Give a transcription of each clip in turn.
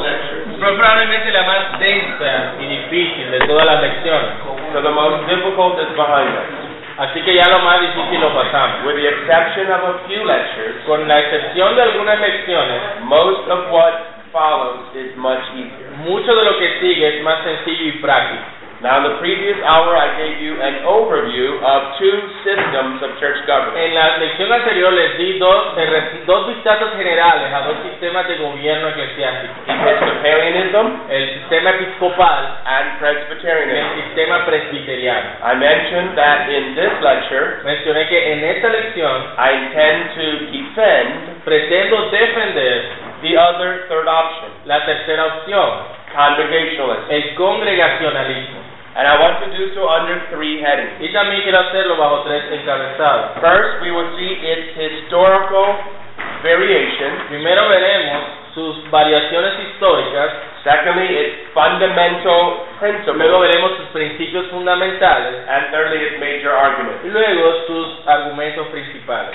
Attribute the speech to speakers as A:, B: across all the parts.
A: fue probablemente la más densa y difícil de todas las lecciones.
B: So the most difficult is behind us.
A: Así que ya lo más difícil lo pasamos.
B: With the exception of a few lectures,
A: Con la excepción de algunas lecciones,
B: most of what follows is much easier.
A: mucho de lo que sigue es más sencillo y práctico.
B: Now, in the previous hour, I gave you an overview of two systems of church government.
A: En la lección anterior les di dos, eh, re- dos vistazos generales a dos sistemas de gobierno eclesiástico.
B: Episcopalianism
A: El sistema episcopal
B: and
A: y el
B: Presbyterianism.
A: sistema presbiteriano.
B: I mentioned that in this lecture,
A: Mencioné que en esta lección
B: I intend to defend
A: pretendo defender
B: the other third option,
A: la tercera opción,
B: congregationalism.
A: el congregacionalismo.
B: And I want to do so under three headings.
A: Y también quiero hacerlo bajo tres encabezados.
B: First, we will see its historical variation.
A: Primero veremos sus variaciones históricas,
B: Secondly, its fundamental
A: luego
B: principles.
A: veremos sus principios fundamentales
B: And thirdly, its major
A: y
B: arguments.
A: luego sus argumentos principales.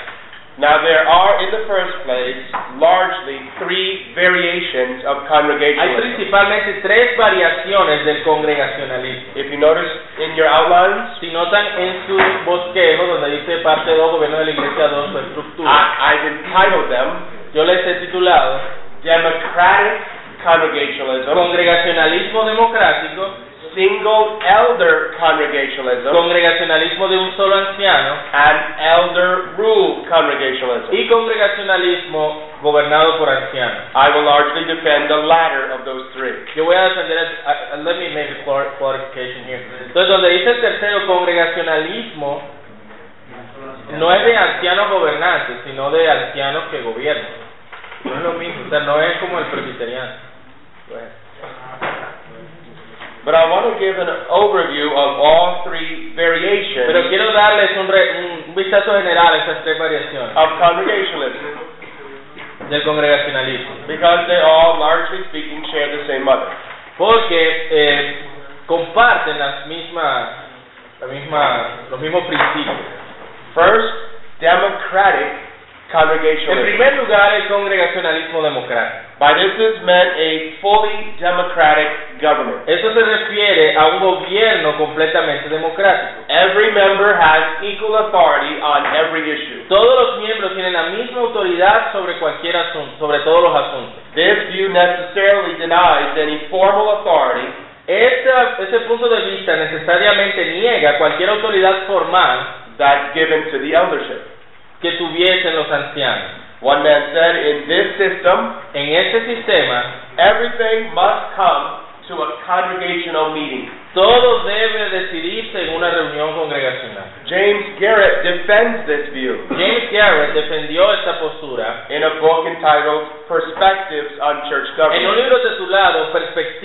B: Now, there are, in the first place, largely three variations of
A: Hay
B: congregationalism.
A: principalmente tres variaciones del congregacionalismo.
B: If you notice in your outlines,
A: Si notan en su bosquejo, donde dice parte 2, gobierno de la iglesia 2, su estructura,
B: I, I've entitled them
A: yo les he titulado
B: Democratic Congregationalism,
A: Congregacionalismo Democrático,
B: Single Elder Congregationalism,
A: Congregacionalismo de un solo anciano
B: and Elder Rule Congregationalism.
A: y Congregacionalismo gobernado por ancianos.
B: I will largely defend the latter of those three.
A: Yo voy a defender, el- a- a- let me make a clar- clarification here. Entonces, donde dice el tercero, congregacionalismo, no es de ancianos gobernantes, sino de ancianos que gobiernan. No es lo mismo, o sea, no es como el presbiteriano. Bueno.
B: But I want to give an overview of all three
A: Pero
B: variations
A: quiero darles un, re- un- un vistazo general a esas tres variaciones
B: of congregationalism
A: del congregacionalismo.
B: because they all, largely speaking, share the same mother.
A: Porque eh, comparten las mismas, la misma, los mismos principios.
B: First, democratic
A: En
B: congregationalism.
A: primer lugar, el congregacionalismo democrático.
B: By this is meant a fully democratic government.
A: Eso se refiere a un gobierno completamente democrático.
B: Every member has equal authority on every issue.
A: Todos los miembros tienen la misma autoridad sobre cualquier asunto, sobre todos los asuntos.
B: This view necessarily denies any formal authority
A: Esta- ese punto de vista necesariamente niega cualquier autoridad formal
B: that's given to the eldership.
A: que tuviesen los ancianos.
B: One man said, in this system,
A: En este sistema,
B: Everything must come to a congregational meeting.
A: todo debe decidirse en una reunión congregacional.
B: James Garrett defends this view
A: James Garrett defendió esta postura
B: in a book entitled Perspectives on Church
A: en un
B: Government.
A: libro titulado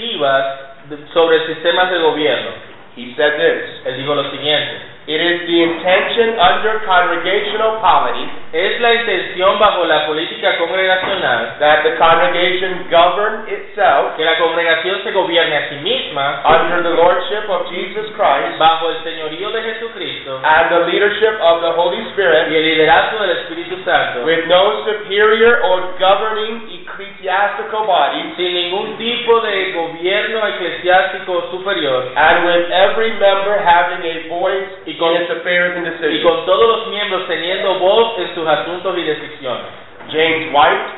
A: Perspectivas de- sobre sistemas de gobierno.
B: He said this
A: Él dijo lo siguiente.
B: It is the intention under congregational polity
A: Es la intención bajo la política congregacional
B: that the congregation govern itself
A: que la congregación se gobierne a sí misma
B: under the lordship of Jesus Christ
A: bajo el señorío de Jesucristo
B: and the leadership of the Holy
A: y
B: Spirit
A: el liderazgo del Espíritu Santo
B: with no superior or governing ecclesiastical bodies
A: sin ningún tipo de gobierno eclesiástico superior
B: And with every member having a voice
A: Y
B: in
A: con-
B: its affairs and
A: y
B: decisions.
A: con todos los miembros teniendo voz en sus asuntos y decisiones.
B: James White,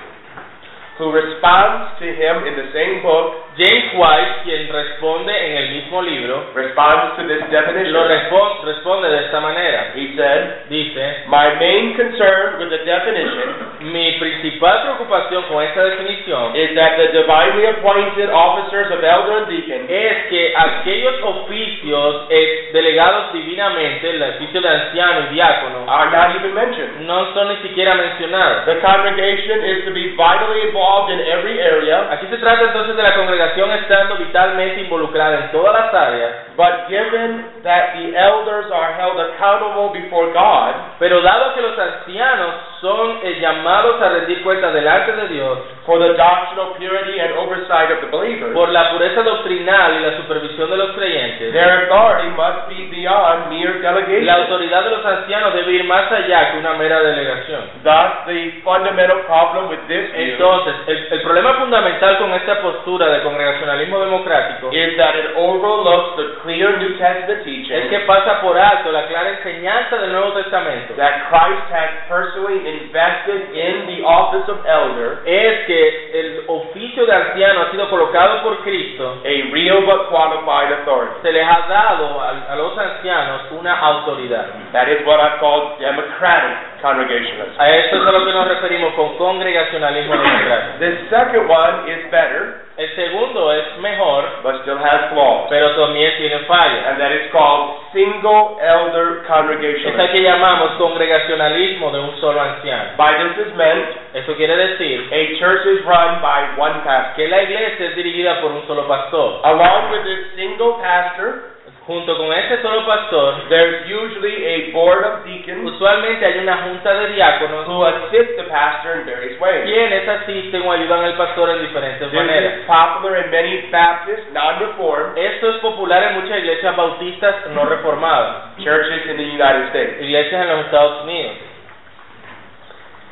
B: who responds to him in the same book,
A: James White, quien responde en el mismo libro,
B: responds to this
A: lo
B: definition.
A: respon- responde de esta manera.
B: He said,
A: Dice,
B: My main concern with the definition
A: mi principal preocupación con esta definición
B: is that the divinely appointed officers of elder and deacon
A: es que aquellos oficios eh, delegados divinamente, el oficio de anciano y diácono,
B: are not even mentioned.
A: no son ni siquiera mencionados.
B: The congregation is to be vitally involved in every area,
A: Aquí se trata entonces de la congregación estando vitalmente involucrada en todas las áreas,
B: but given that the elders are held accountable before God,
A: pero dado que los ancianos son eh, llamados a rendir cuentas delante de Dios
B: for the doctrinal purity and oversight of the believers.
A: por la pureza doctrinal y la supervisión de los creyentes.
B: Their authority must be beyond mere
A: La
B: delegation.
A: autoridad de los ancianos debe ir más allá que una mera delegación.
B: Thus, the fundamental problem with this view
A: Entonces, el, el problema fundamental con esta postura de congregacionalismo democrático
B: is that it overlooks the clear New Testament
A: es que
B: teaching
A: pasa por alto la clara enseñanza del Nuevo Testamento.
B: that Christ has personally invested in the office of elder,
A: Es que el oficio de anciano ha sido colocado por Cristo.
B: a real but qualified authority.
A: Se les ha dado a, a los ancianos una autoridad.
B: That is what I call democratic congregationalism.
A: A eso es a lo que nos referimos con congregacionalismo democrático.
B: The second one is better,
A: El segundo es mejor,
B: but still has flaws,
A: pero también tiene fallas.
B: and that is called single elder
A: Es al
B: congregationalism.
A: que llamamos congregacionalismo de un solo anciano.
B: By this is meant
A: Eso quiere decir
B: a church is run by one pastor.
A: que la iglesia es dirigida por un solo pastor.
B: Along with this single pastor,
A: Junto con ese solo pastor,
B: there's usually a board of deacons
A: usualmente hay una junta de diáconos
B: who assist the pastor in various ways.
A: quienes asisten o ayudan al pastor en diferentes
B: This
A: maneras.
B: is popular in many Baptist, non-reformed
A: Esto es popular en muchas iglesias bautistas no reformadas,
B: churches in the United States.
A: iglesias en los Estados Unidos.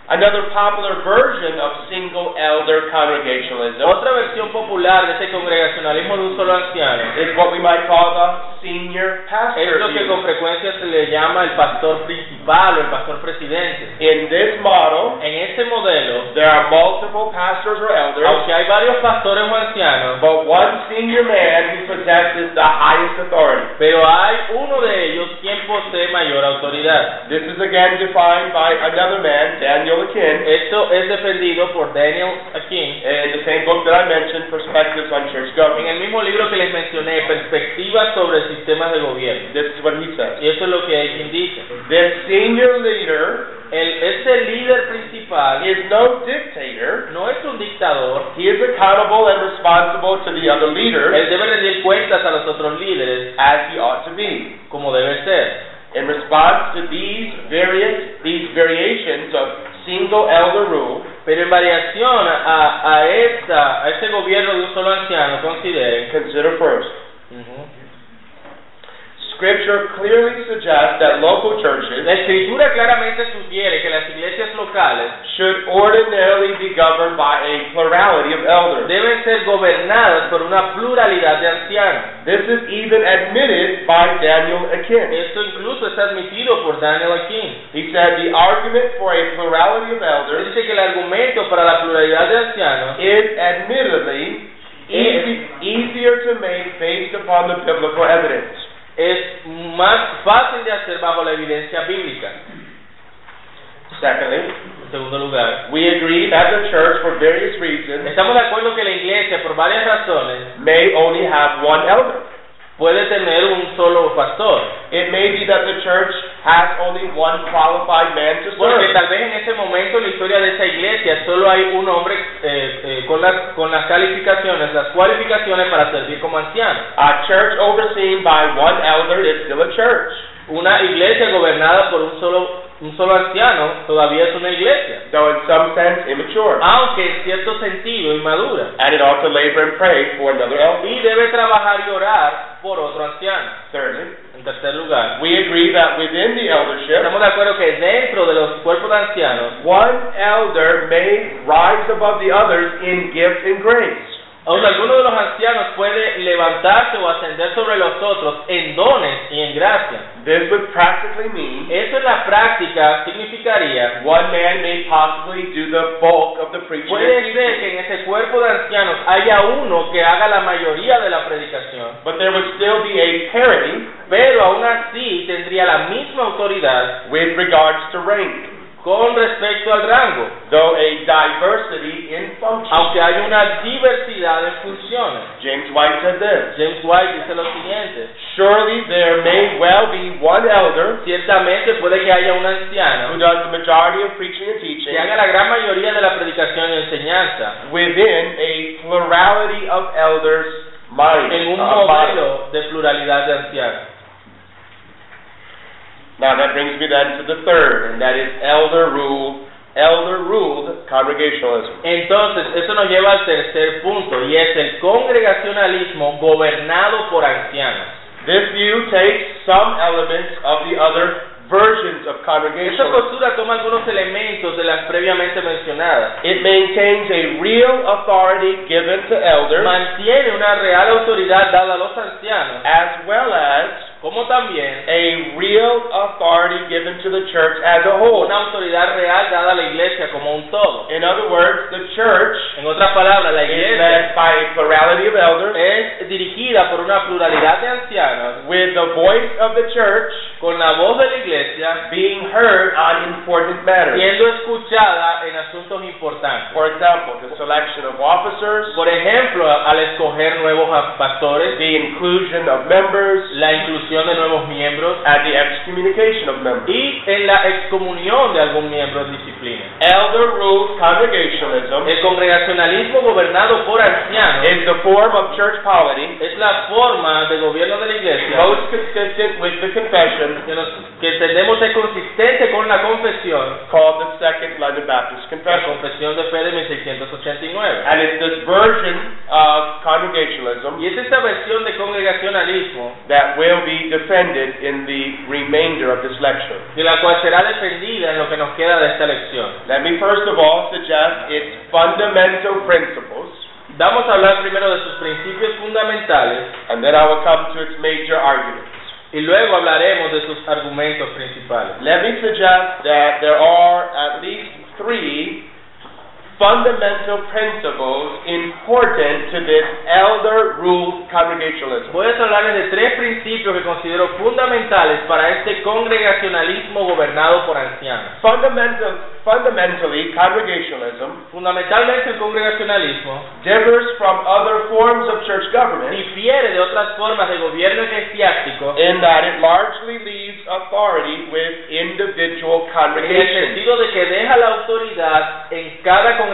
B: Another popular version of single elder congregationalism
A: Otra versión popular de este congregacionalismo de un solo anciano
B: is what we might call the senior
A: es
B: pastor
A: lo que con
B: view.
A: frecuencia se le llama el pastor principal o el pastor presidente.
B: In this model,
A: En este modelo,
B: there are multiple pastors or elders,
A: aunque hay varios pastores o ancianos,
B: but one senior man who possesses the highest authority.
A: Pero hay uno de ellos quien posee mayor autoridad.
B: This is again defined by another man, Daniel Akin,
A: Esto es defendido por Daniel Akin
B: in the same book that I mentioned, Perspectives on Church
A: en
B: Government.
A: el mismo libro que les mencioné, Perspectivas sobre Sistemas de Gobierno.
B: This is what he says.
A: Y eso es lo que Akin dice.
B: This senior leader
A: El, este líder principal
B: is no dictator.
A: no es un dictador.
B: He is accountable and responsible to the other leaders
A: Él debe rendir cuentas a los otros líderes
B: as he ought to be.
A: como debe ser.
B: In response to these various these variations of single elder rule,
A: Pero en variación a, a, esta, a este gobierno de un solo anciano, consideren
B: consider first.
A: Ujú.
B: Scripture clearly suggests that local churches
A: La escritura claramente sugiere que las iglesias locales
B: should ordinarily be governed by a plurality of elders.
A: deben ser gobernadas por una pluralidad de ancianos.
B: This is even admitted by Daniel Akin.
A: Esto incluso es admitido por Daniel Akin.
B: He said the argument for a plurality of
A: Él
B: elders
A: Dice que el argumento para la pluralidad de ancianos
B: is admittedly easy, easier to make based upon the biblical evidence.
A: es más fácil de hacer bajo la evidencia bíblica.
B: Secondly,
A: En segundo lugar,
B: we agree that the church, for various reasons,
A: estamos de acuerdo que la iglesia, por varias razones,
B: may only have one elder.
A: puede tener un solo pastor.
B: It may be that the church has only one qualified man to
A: Porque
B: serve.
A: tal vez en ese momento en la historia de esa iglesia solo hay un hombre eh, eh, con, las, con las calificaciones, las cualificaciones para servir como anciano.
B: A church overseen by one elder is still a church.
A: Una iglesia gobernada por un solo un solo anciano todavía es una iglesia,
B: though in some sense immature,
A: aunque en cierto sentido inmadura,
B: and it ought to labor and pray for another elder.
A: y debe trabajar y orar por otro anciano.
B: Thirdly,
A: En tercer lugar,
B: we agree that within the eldership,
A: estamos de acuerdo que dentro de los cuerpos de ancianos,
B: one elder may rise above the others in gift and grace.
A: aun alguno de los ancianos puede levantarse o ascender sobre los otros en dones y en gracia.
B: This would practically mean
A: Eso en la práctica significaría
B: one man may possibly do the bulk of the preaching.
A: puede
B: and
A: ser
B: teaching,
A: que en ese cuerpo de ancianos haya uno que haga la mayoría de la predicación.
B: But there would still be a parity
A: pero aún así tendría la misma autoridad
B: with regards to rank,
A: con respecto al rango,
B: though a diversity in function.
A: aunque hay una diversidad de funciones.
B: James White said this
A: James White dice lo siguiente,
B: Surely there may well be one elder
A: ciertamente puede que haya un
B: who
A: anciano
B: does the majority of preaching and teaching
A: que haga la gran mayoría de la predicación y enseñanza
B: within a plurality of elders mind.
A: en un
B: uh, body.
A: modelo de pluralidad de ancianos.
B: Now that brings me then to the third, and that is elder rule elder ruled congregationalism.
A: Entonces, eso nos lleva al tercer punto y es el congregacionalismo gobernado por ancianos.
B: This view takes some elements of the other versions of
A: Esta
B: congregationalism.
A: postura toma algunos elementos de las previamente mencionadas.
B: It maintains a real authority given to elders
A: Mantiene una real autoridad dada a los ancianos,
B: as well as
A: como también
B: a real authority given to the church as a whole.
A: una autoridad real dada a la iglesia como un todo.
B: In other words, the church
A: En otras palabras, la
B: is
A: iglesia
B: led by a plurality of elders
A: es dirigida por una pluralidad de ancianos,
B: with the voice of the church
A: con la voz de la iglesia
B: being heard on important matters.
A: siendo escuchada en asuntos importantes.
B: For example, the selection of officers,
A: Por ejemplo, al escoger nuevos a- pastores,
B: the inclusion of members,
A: la inclusión de nuevos miembros
B: and the excommunication of members.
A: y en la excomunión de algún miembro en disciplina.
B: Elder ruled congregationalism
A: El congregacionalismo gobernado por ancianos
B: is the form of church polity
A: es la forma de gobierno de la iglesia
B: most consistent with the confession
A: que, nos- que entendemos es consistente con la confesión,
B: called the Second London Baptist
A: la
B: Confession.
A: confesión de fe de 1689.
B: And it's this version of congregationalism
A: Y es esta versión de congregacionalismo
B: that will be defended in the remainder of this lecture.
A: de la cual será defendida en lo que nos queda de esta lección.
B: Let me first of all suggest its fundamental principles,
A: Vamos a hablar primero de sus principios fundamentales
B: and then I will come to its major arguments.
A: Y luego hablaremos de sus argumentos principales.
B: Let me suggest that there are at least three fundamental principles important to this elder ruled congregationalism.
A: Voy a hablarles de tres principios que considero fundamentales para este congregacionalismo gobernado por ancianos.
B: Fundamental, fundamentally, congregationalism
A: Fundamentalmente el congregacionalismo
B: differs from other forms of church government
A: difiere de otras formas de gobierno eclesiástico
B: in that it largely leaves authority with
A: en
B: individual
A: el
B: congregations.
A: sentido de que deja la autoridad en cada congregación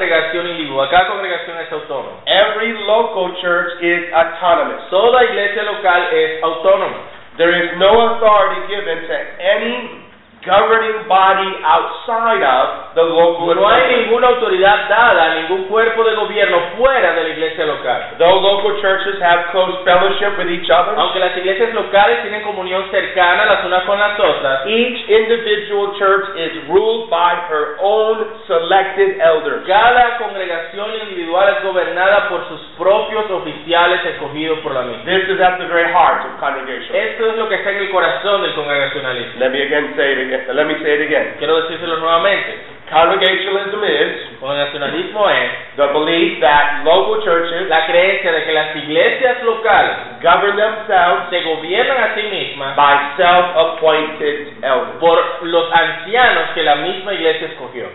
A: individual. Cada congregación es autónoma.
B: Every local church is autonomous.
A: Toda iglesia local es autónoma.
B: There is no authority given to any governing body outside of the local
A: No hay
B: assembly.
A: ninguna autoridad dada a ningún cuerpo de gobierno fuera de la iglesia local.
B: Though local churches have close fellowship with each other,
A: Aunque las iglesias locales tienen comunión cercana las unas con las otras,
B: each individual church is ruled by her own selected elders.
A: cada congregación individual es gobernada por sus propios oficiales escogidos por la misma.
B: This is at the very heart of congregationalism.
A: Esto es lo que está en el corazón del congregacionalismo.
B: Let me again say it again. Let me say it again.
A: Quiero decírselo nuevamente.
B: Congregationalism is
A: El congregacionalismo es
B: the belief that local churches
A: la creencia de que las iglesias locales
B: govern themselves
A: se gobiernan a sí mismas
B: by self-appointed elders.
A: por los ancianos que la misma iglesia escogió.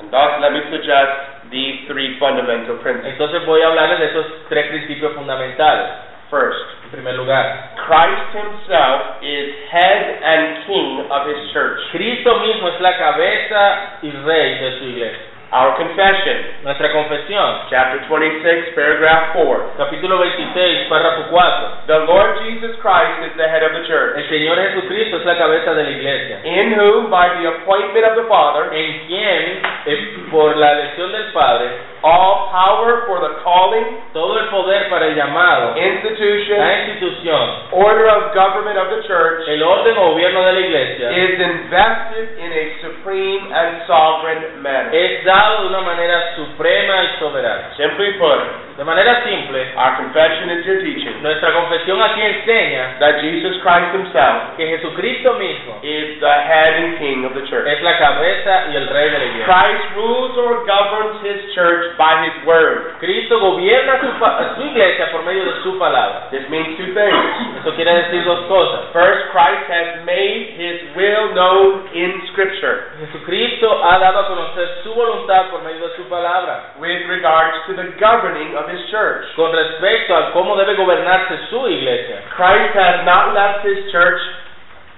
B: And thus, let me suggest these three fundamental principles.
A: Entonces voy a hablarles de esos tres principios fundamentales.
B: First,
A: En primer lugar,
B: Christ himself is head and king of his church.
A: Cristo mismo es la cabeza y rey de su iglesia.
B: Our confession,
A: Nuestra confesión,
B: chapter 26, paragraph 4.
A: capítulo 26, párrafo 4.
B: The Lord Jesus Christ is the head of the church,
A: El Señor Jesucristo es la cabeza de la iglesia,
B: in whom, by the appointment of the Father,
A: en quien, eh, por la elección del Padre,
B: all power for the calling,
A: todo el poder para el llamado,
B: institution,
A: la institución,
B: order of government of the church
A: el orden o gobierno de la iglesia
B: is invested in a supreme and sovereign manner.
A: es dado de una manera suprema y soberana.
B: Simply put,
A: De manera simple,
B: our confession is your teaching.
A: nuestra confesión aquí enseña
B: that Jesus Christ himself
A: que Jesucristo mismo
B: is the head and king of the church.
A: es la cabeza y el rey de la iglesia.
B: Christ rules or governs his church by his word.
A: Cristo gobierna su, pa- su iglesia por medio de su palabra.
B: This means two things.
A: Eso quiere decir dos cosas.
B: First, Christ has made his will known in Scripture
A: Jesucristo ha dado a conocer su voluntad por medio de su palabra
B: with regards to the governing of his church.
A: con respecto a cómo debe gobernarse su iglesia.
B: Christ has not left his church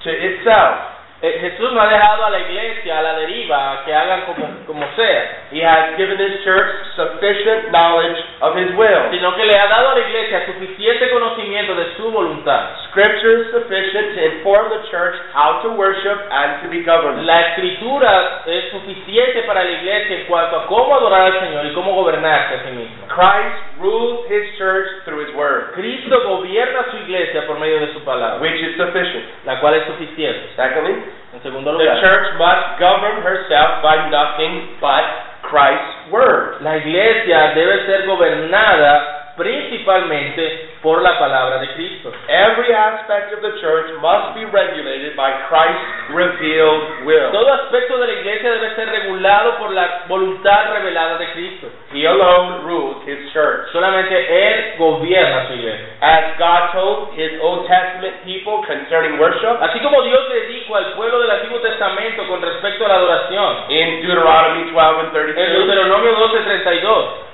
B: to itself.
A: Eh, Jesús no ha dejado a la iglesia a la deriva, que hagan como, como sea,
B: He has given His church sufficient knowledge of His will.
A: sino que le ha dado a la iglesia suficiente conocimiento de su voluntad.
B: Scripture is sufficient to inform the church how to worship and to be governed.
A: La escritura es suficiente para la iglesia en cuanto a cómo adorar al Señor y cómo gobernarse a sí mismo.
B: Christ rules His church through His word,
A: Cristo gobierna a su iglesia por medio de su palabra,
B: which is sufficient.
A: la cual es suficiente.
B: Secondly,
A: En segundo
B: the
A: lugar,
B: church must govern herself by nothing but Christ's word.
A: la iglesia debe ser gobernada principalmente por la palabra de Cristo.
B: Every aspect of the church must be regulated by Christ's revealed will.
A: Todo aspecto de la iglesia debe ser regulado por la voluntad revelada de Cristo.
B: He alone rules his church.
A: Solamente Él gobierna su iglesia.
B: As God told his Old Testament people concerning worship
A: Así como Dios le dijo al pueblo del Antiguo Testamento con respecto a la adoración,
B: in Deuteronomy 12 and
A: en Deuteronomio 12:32,
B: 32,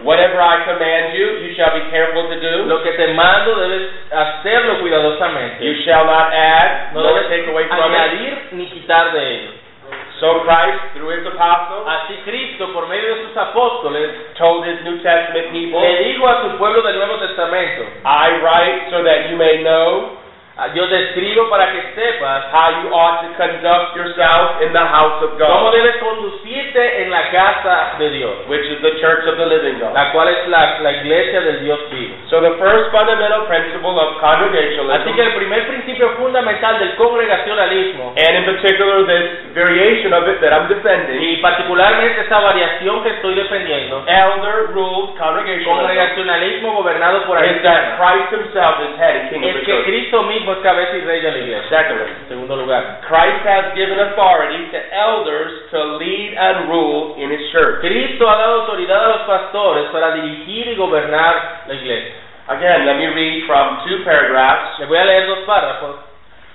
B: whatever I command you, you shall be careful to do.
A: lo que te mando debes hacerlo
B: You
A: cuidadosamente.
B: shall not add
A: No
B: nor
A: debes
B: take away from it.
A: añadir ni quitar de ello.
B: So Christ, through his apostles,
A: Así Cristo, por medio de sus apóstoles,
B: told his New Testament people,
A: le dijo a su pueblo del Nuevo Testamento, "Ah,
B: I write so that you may know
A: yo te escribo para que sepas
B: how you ought to conduct yourself in the house of
A: cómo
B: God,
A: debes conducirte en la casa de Dios.
B: which is the church of the living God.
A: la cual es la, la iglesia del Dios vivo.
B: So the first fundamental principle
A: Así que
B: of congregationalism,
A: el primer principio fundamental del congregacionalismo,
B: and in particular this variation of it that I'm defending,
A: y particularmente esa variación que estoy defendiendo,
B: elder ruled
A: el
B: congregationalism,
A: congregacionalismo gobernado por
B: is that
A: Aristarco,
B: Christ himself is head and king of
A: es
B: the
A: que
B: church.
A: Cristo mismo es cabeza y rey de la iglesia.
B: Secondly,
A: En segundo lugar,
B: Christ has given authority to elders to lead and rule in his church.
A: Cristo ha dado autoridad a los pastores para dirigir y gobernar la iglesia.
B: Again, let me read from two paragraphs
A: Les voy a leer dos párrafos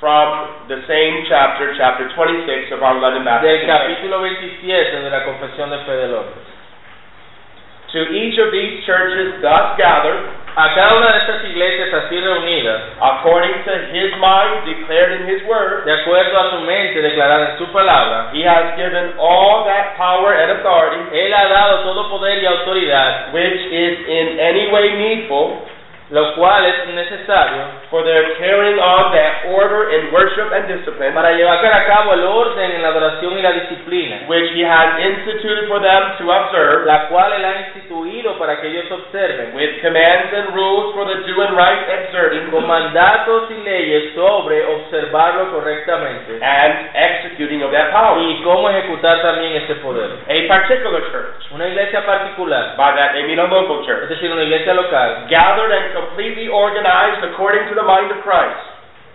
B: from the same chapter, chapter 26 of our London Baptist
A: del
B: Convention.
A: capítulo 27 de la Confesión de Fe de López.
B: To each of these churches thus gathered,
A: A cada una de estas iglesias así reunidas,
B: according to his mind declared in his word,
A: de acuerdo a su mente declarada en su palabra,
B: he has given all that power and authority
A: Él ha dado todo poder y autoridad,
B: which is in any way needful
A: lo cual es necesario
B: for their carrying on that order in worship and discipline
A: para llevar a cabo el orden en la adoración y la disciplina,
B: which he has instituted for them to observe
A: la cual Él ha instituido para que ellos observen,
B: with commands and rules for the due and right exerting
A: con mandatos y leyes sobre observarlo correctamente
B: and executing of that power.
A: y cómo ejecutar también ese poder.
B: A particular church,
A: Una iglesia particular,
B: by that they mean a local
A: es
B: church,
A: decir, una iglesia local,
B: gathered and completely organized according to the mind of Christ,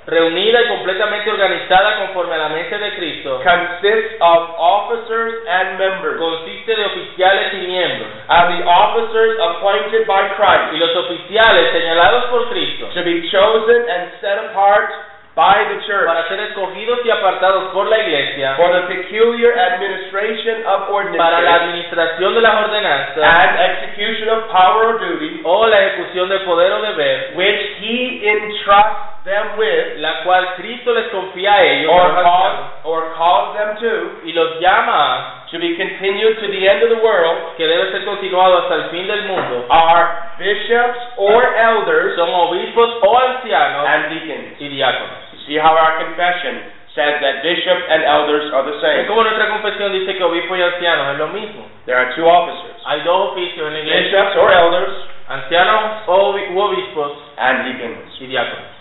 A: reunida y completamente organizada conforme a la mente de Cristo,
B: consists of officers and members,
A: consiste de oficiales y miembros.
B: and the officers appointed by
A: y
B: Christ
A: los oficiales señalados por Cristo
B: to be chosen and set apart by the church
A: para ser escogidos y apartados por la iglesia
B: for the peculiar administration of
A: para la
B: ordinances
A: administración de las ordenanzas
B: and execution of power or duty
A: o la ejecución de poder o deber,
B: which he entrusts them with
A: la cual Cristo les confía a ellos
B: or
A: a los
B: calls,
A: ancianos,
B: or calls them to
A: y los llama
B: to be continued to the end of the world
A: a que debe ser continuado hasta el fin del mundo,
B: are bishops or elders
A: son obispos o ancianos
B: and deacons.
A: y diáconos.
B: See how our confession says that bishop and elders are the
A: Es
B: same.
A: como nuestra confesión dice que obispos y ancianos es lo mismo.
B: There are two officers,
A: Hay dos oficios en la iglesia,
B: bishops or elders
A: ancianos o obi- u obispos
B: and deacons.
A: y diáconos.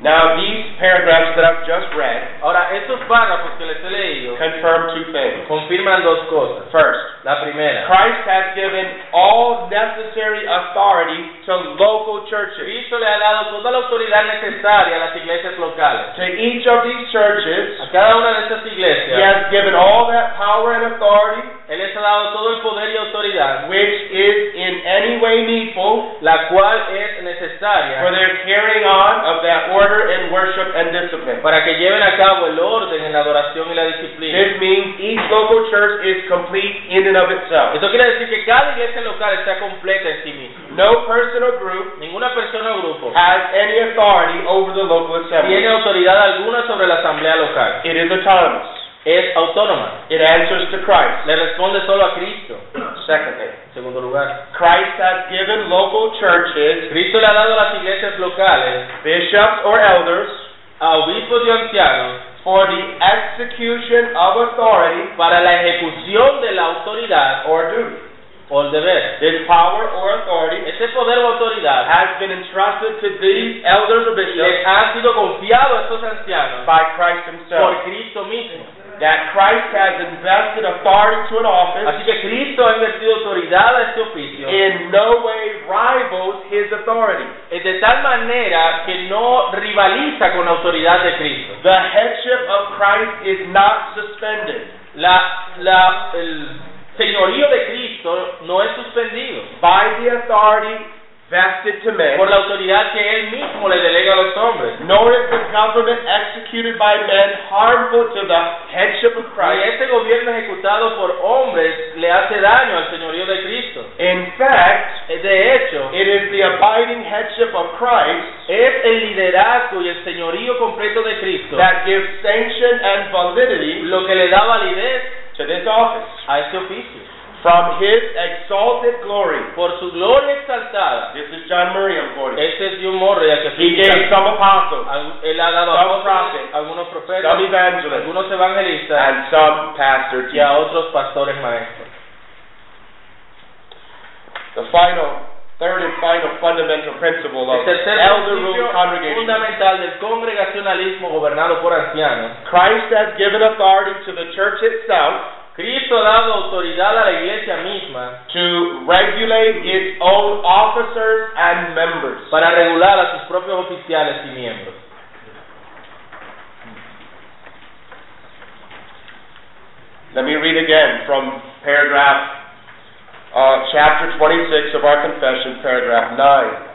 B: Now these paragraphs that I've just read
A: Ahora, estos párrafos que les he leído
B: confirm two things.
A: confirman dos cosas.
B: First,
A: La primera,
B: Christ has given all necessary authority to local churches.
A: Cristo le ha dado toda la autoridad necesaria a las iglesias locales.
B: To each of these churches,
A: A cada una de estas
B: he
A: iglesias,
B: has given all that power and authority
A: Él les ha dado todo el poder y autoridad
B: which is in any way needful
A: la cual es
B: for
A: necesaria
B: their carrying on of that order in worship and discipline.
A: para que lleven a cabo el orden en la adoración y la disciplina.
B: This means each local church is complete in and of itself.
A: Eso quiere decir que cada iglesia local está completa en sí misma.
B: No person or group
A: Ninguna persona o grupo
B: has any authority over the local
A: tiene
B: assembly.
A: autoridad alguna sobre la asamblea local.
B: It is autonomous.
A: Es autónoma.
B: It answers to Christ.
A: Le responde solo a Cristo.
B: Secondly,
A: En segundo lugar,
B: Christ has given local churches,
A: Cristo le ha dado a las iglesias locales,
B: bishops or elders,
A: a obispos y ancianos,
B: for the execution of authority
A: para la ejecución de la autoridad
B: or duty.
A: o el deber.
B: This power or authority
A: Ese poder o autoridad
B: has been entrusted to these elders or bishops
A: les ha sido confiado a estos ancianos
B: by Christ Himself.
A: por Cristo mismo.
B: That Christ has invested authority to an office
A: Así que Cristo ha invertido autoridad a este oficio
B: in no way rivals His authority.
A: eh, de tal manera que no rivaliza con la autoridad de Cristo.
B: The headship of Christ is not suspended
A: La, la- el señorío de Cristo no es suspendido
B: by the authority vested to men.
A: por la autoridad que Él mismo le delega a los hombres.
B: nor is the government executed by men harmful to the headship of
A: Y
B: Christ.
A: este gobierno ejecutado por hombres le hace daño al señorío de Cristo.
B: In fact,
A: Eh, De hecho,
B: it is the abiding headship of Christ
A: es el liderazgo y el señorío completo de Cristo
B: that gives sanction and validity
A: lo que le da validez
B: to this office.
A: a este oficio.
B: From his exalted glory,
A: Por su gloria exaltada,
B: this is John Murray I'm quoting.
A: este es John Morre, al que
B: He gave
A: felicitamos.
B: some apostles,
A: Al- Él ha dado
B: Some
A: a
B: prophets,
A: algunos profetas,
B: some evangelists,
A: algunos evangelistas
B: and some pastors.
A: y a otros pastores maestros.
B: The final, third and final fundamental principle
A: El
B: of
A: tercer
B: elder rule
A: principio
B: congregation.
A: fundamental del congregacionalismo gobernado por ancianos.
B: Christ has given authority to the church itself
A: Cristo ha dado autoridad a la iglesia misma
B: to regulate its own officers and members.
A: para regular a sus propios oficiales y miembros.
B: Let me read again from paragraph, uh, chapter 26 of our confession, paragraph 9.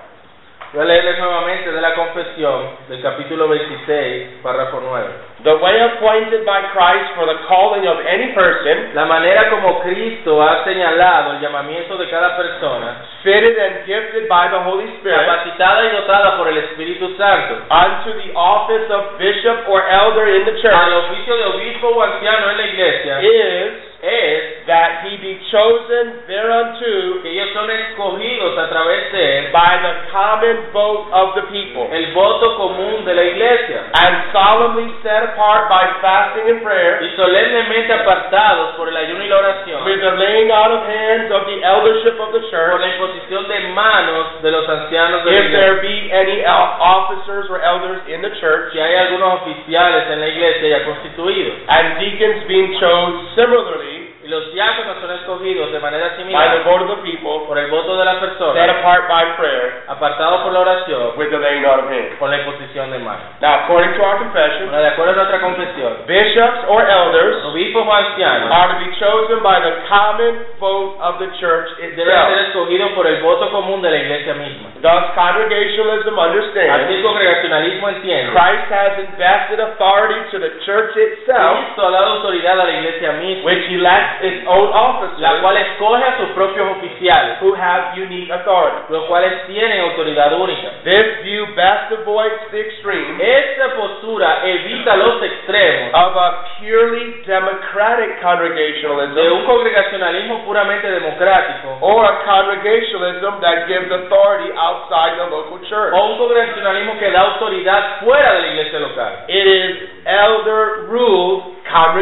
A: Voy a leerles nuevamente de la confesión del capítulo 26, párrafo 9.
B: The way appointed by Christ for the calling of any person,
A: La manera como Cristo ha señalado el llamamiento de cada persona,
B: fitted and gifted by the Holy Spirit,
A: capacitada y dotada por el Espíritu Santo,
B: unto the office of bishop or elder in the
A: al
B: church,
A: oficio de obispo o anciano en la iglesia,
B: is
A: es
B: that he be chosen thereunto
A: que ellos son escogidos a través de él,
B: by the common vote of the people.
A: el voto común de la iglesia
B: and solemnly set apart by fasting and prayer,
A: y solemnemente apartados por el ayuno y la
B: with
A: oración,
B: the laying out of hands of the eldership of the
A: por la
B: church,
A: imposición de manos de los ancianos de la
B: if
A: iglesia.
B: there be any el- officers or elders in the church,
A: Si hay algunos oficiales en la iglesia ya constituidos,
B: and deacons being chosen similarly
A: y los diáconos son escogidos de manera
B: by the
A: similar
B: vote of the people,
A: por el voto de la
B: set
A: persona,
B: apart by prayer,
A: apartados por la oración,
B: with the laying out of hands.
A: con la imposición de manos.
B: Now, according to our confession,
A: Ahora, de acuerdo a nuestra confesión,
B: bishops or
A: los
B: elders
A: obispos o ancianos
B: are to be chosen by the common vote of the church
A: deben ser
B: itself.
A: escogidos por el voto común de la iglesia misma.
B: Thus, congregationalism
A: Así
B: understands
A: el congregacionalismo entiende
B: Christ has invested authority to the church itself,
A: Cristo ha dado autoridad a la iglesia misma,
B: which elects its own
A: la
B: officers
A: cual escoge a sus propios oficiales,
B: who have unique authority.
A: los cuales tienen autoridad única.
B: This view best avoids the extreme
A: Esta postura evita los extremos
B: of a purely democratic
A: de un
B: congregationalism
A: congregacionalismo puramente democrático
B: or a congregationalism that gives authority outside the local church.
A: o un congregacionalismo que da autoridad fuera de la iglesia local.
B: It is elder ruled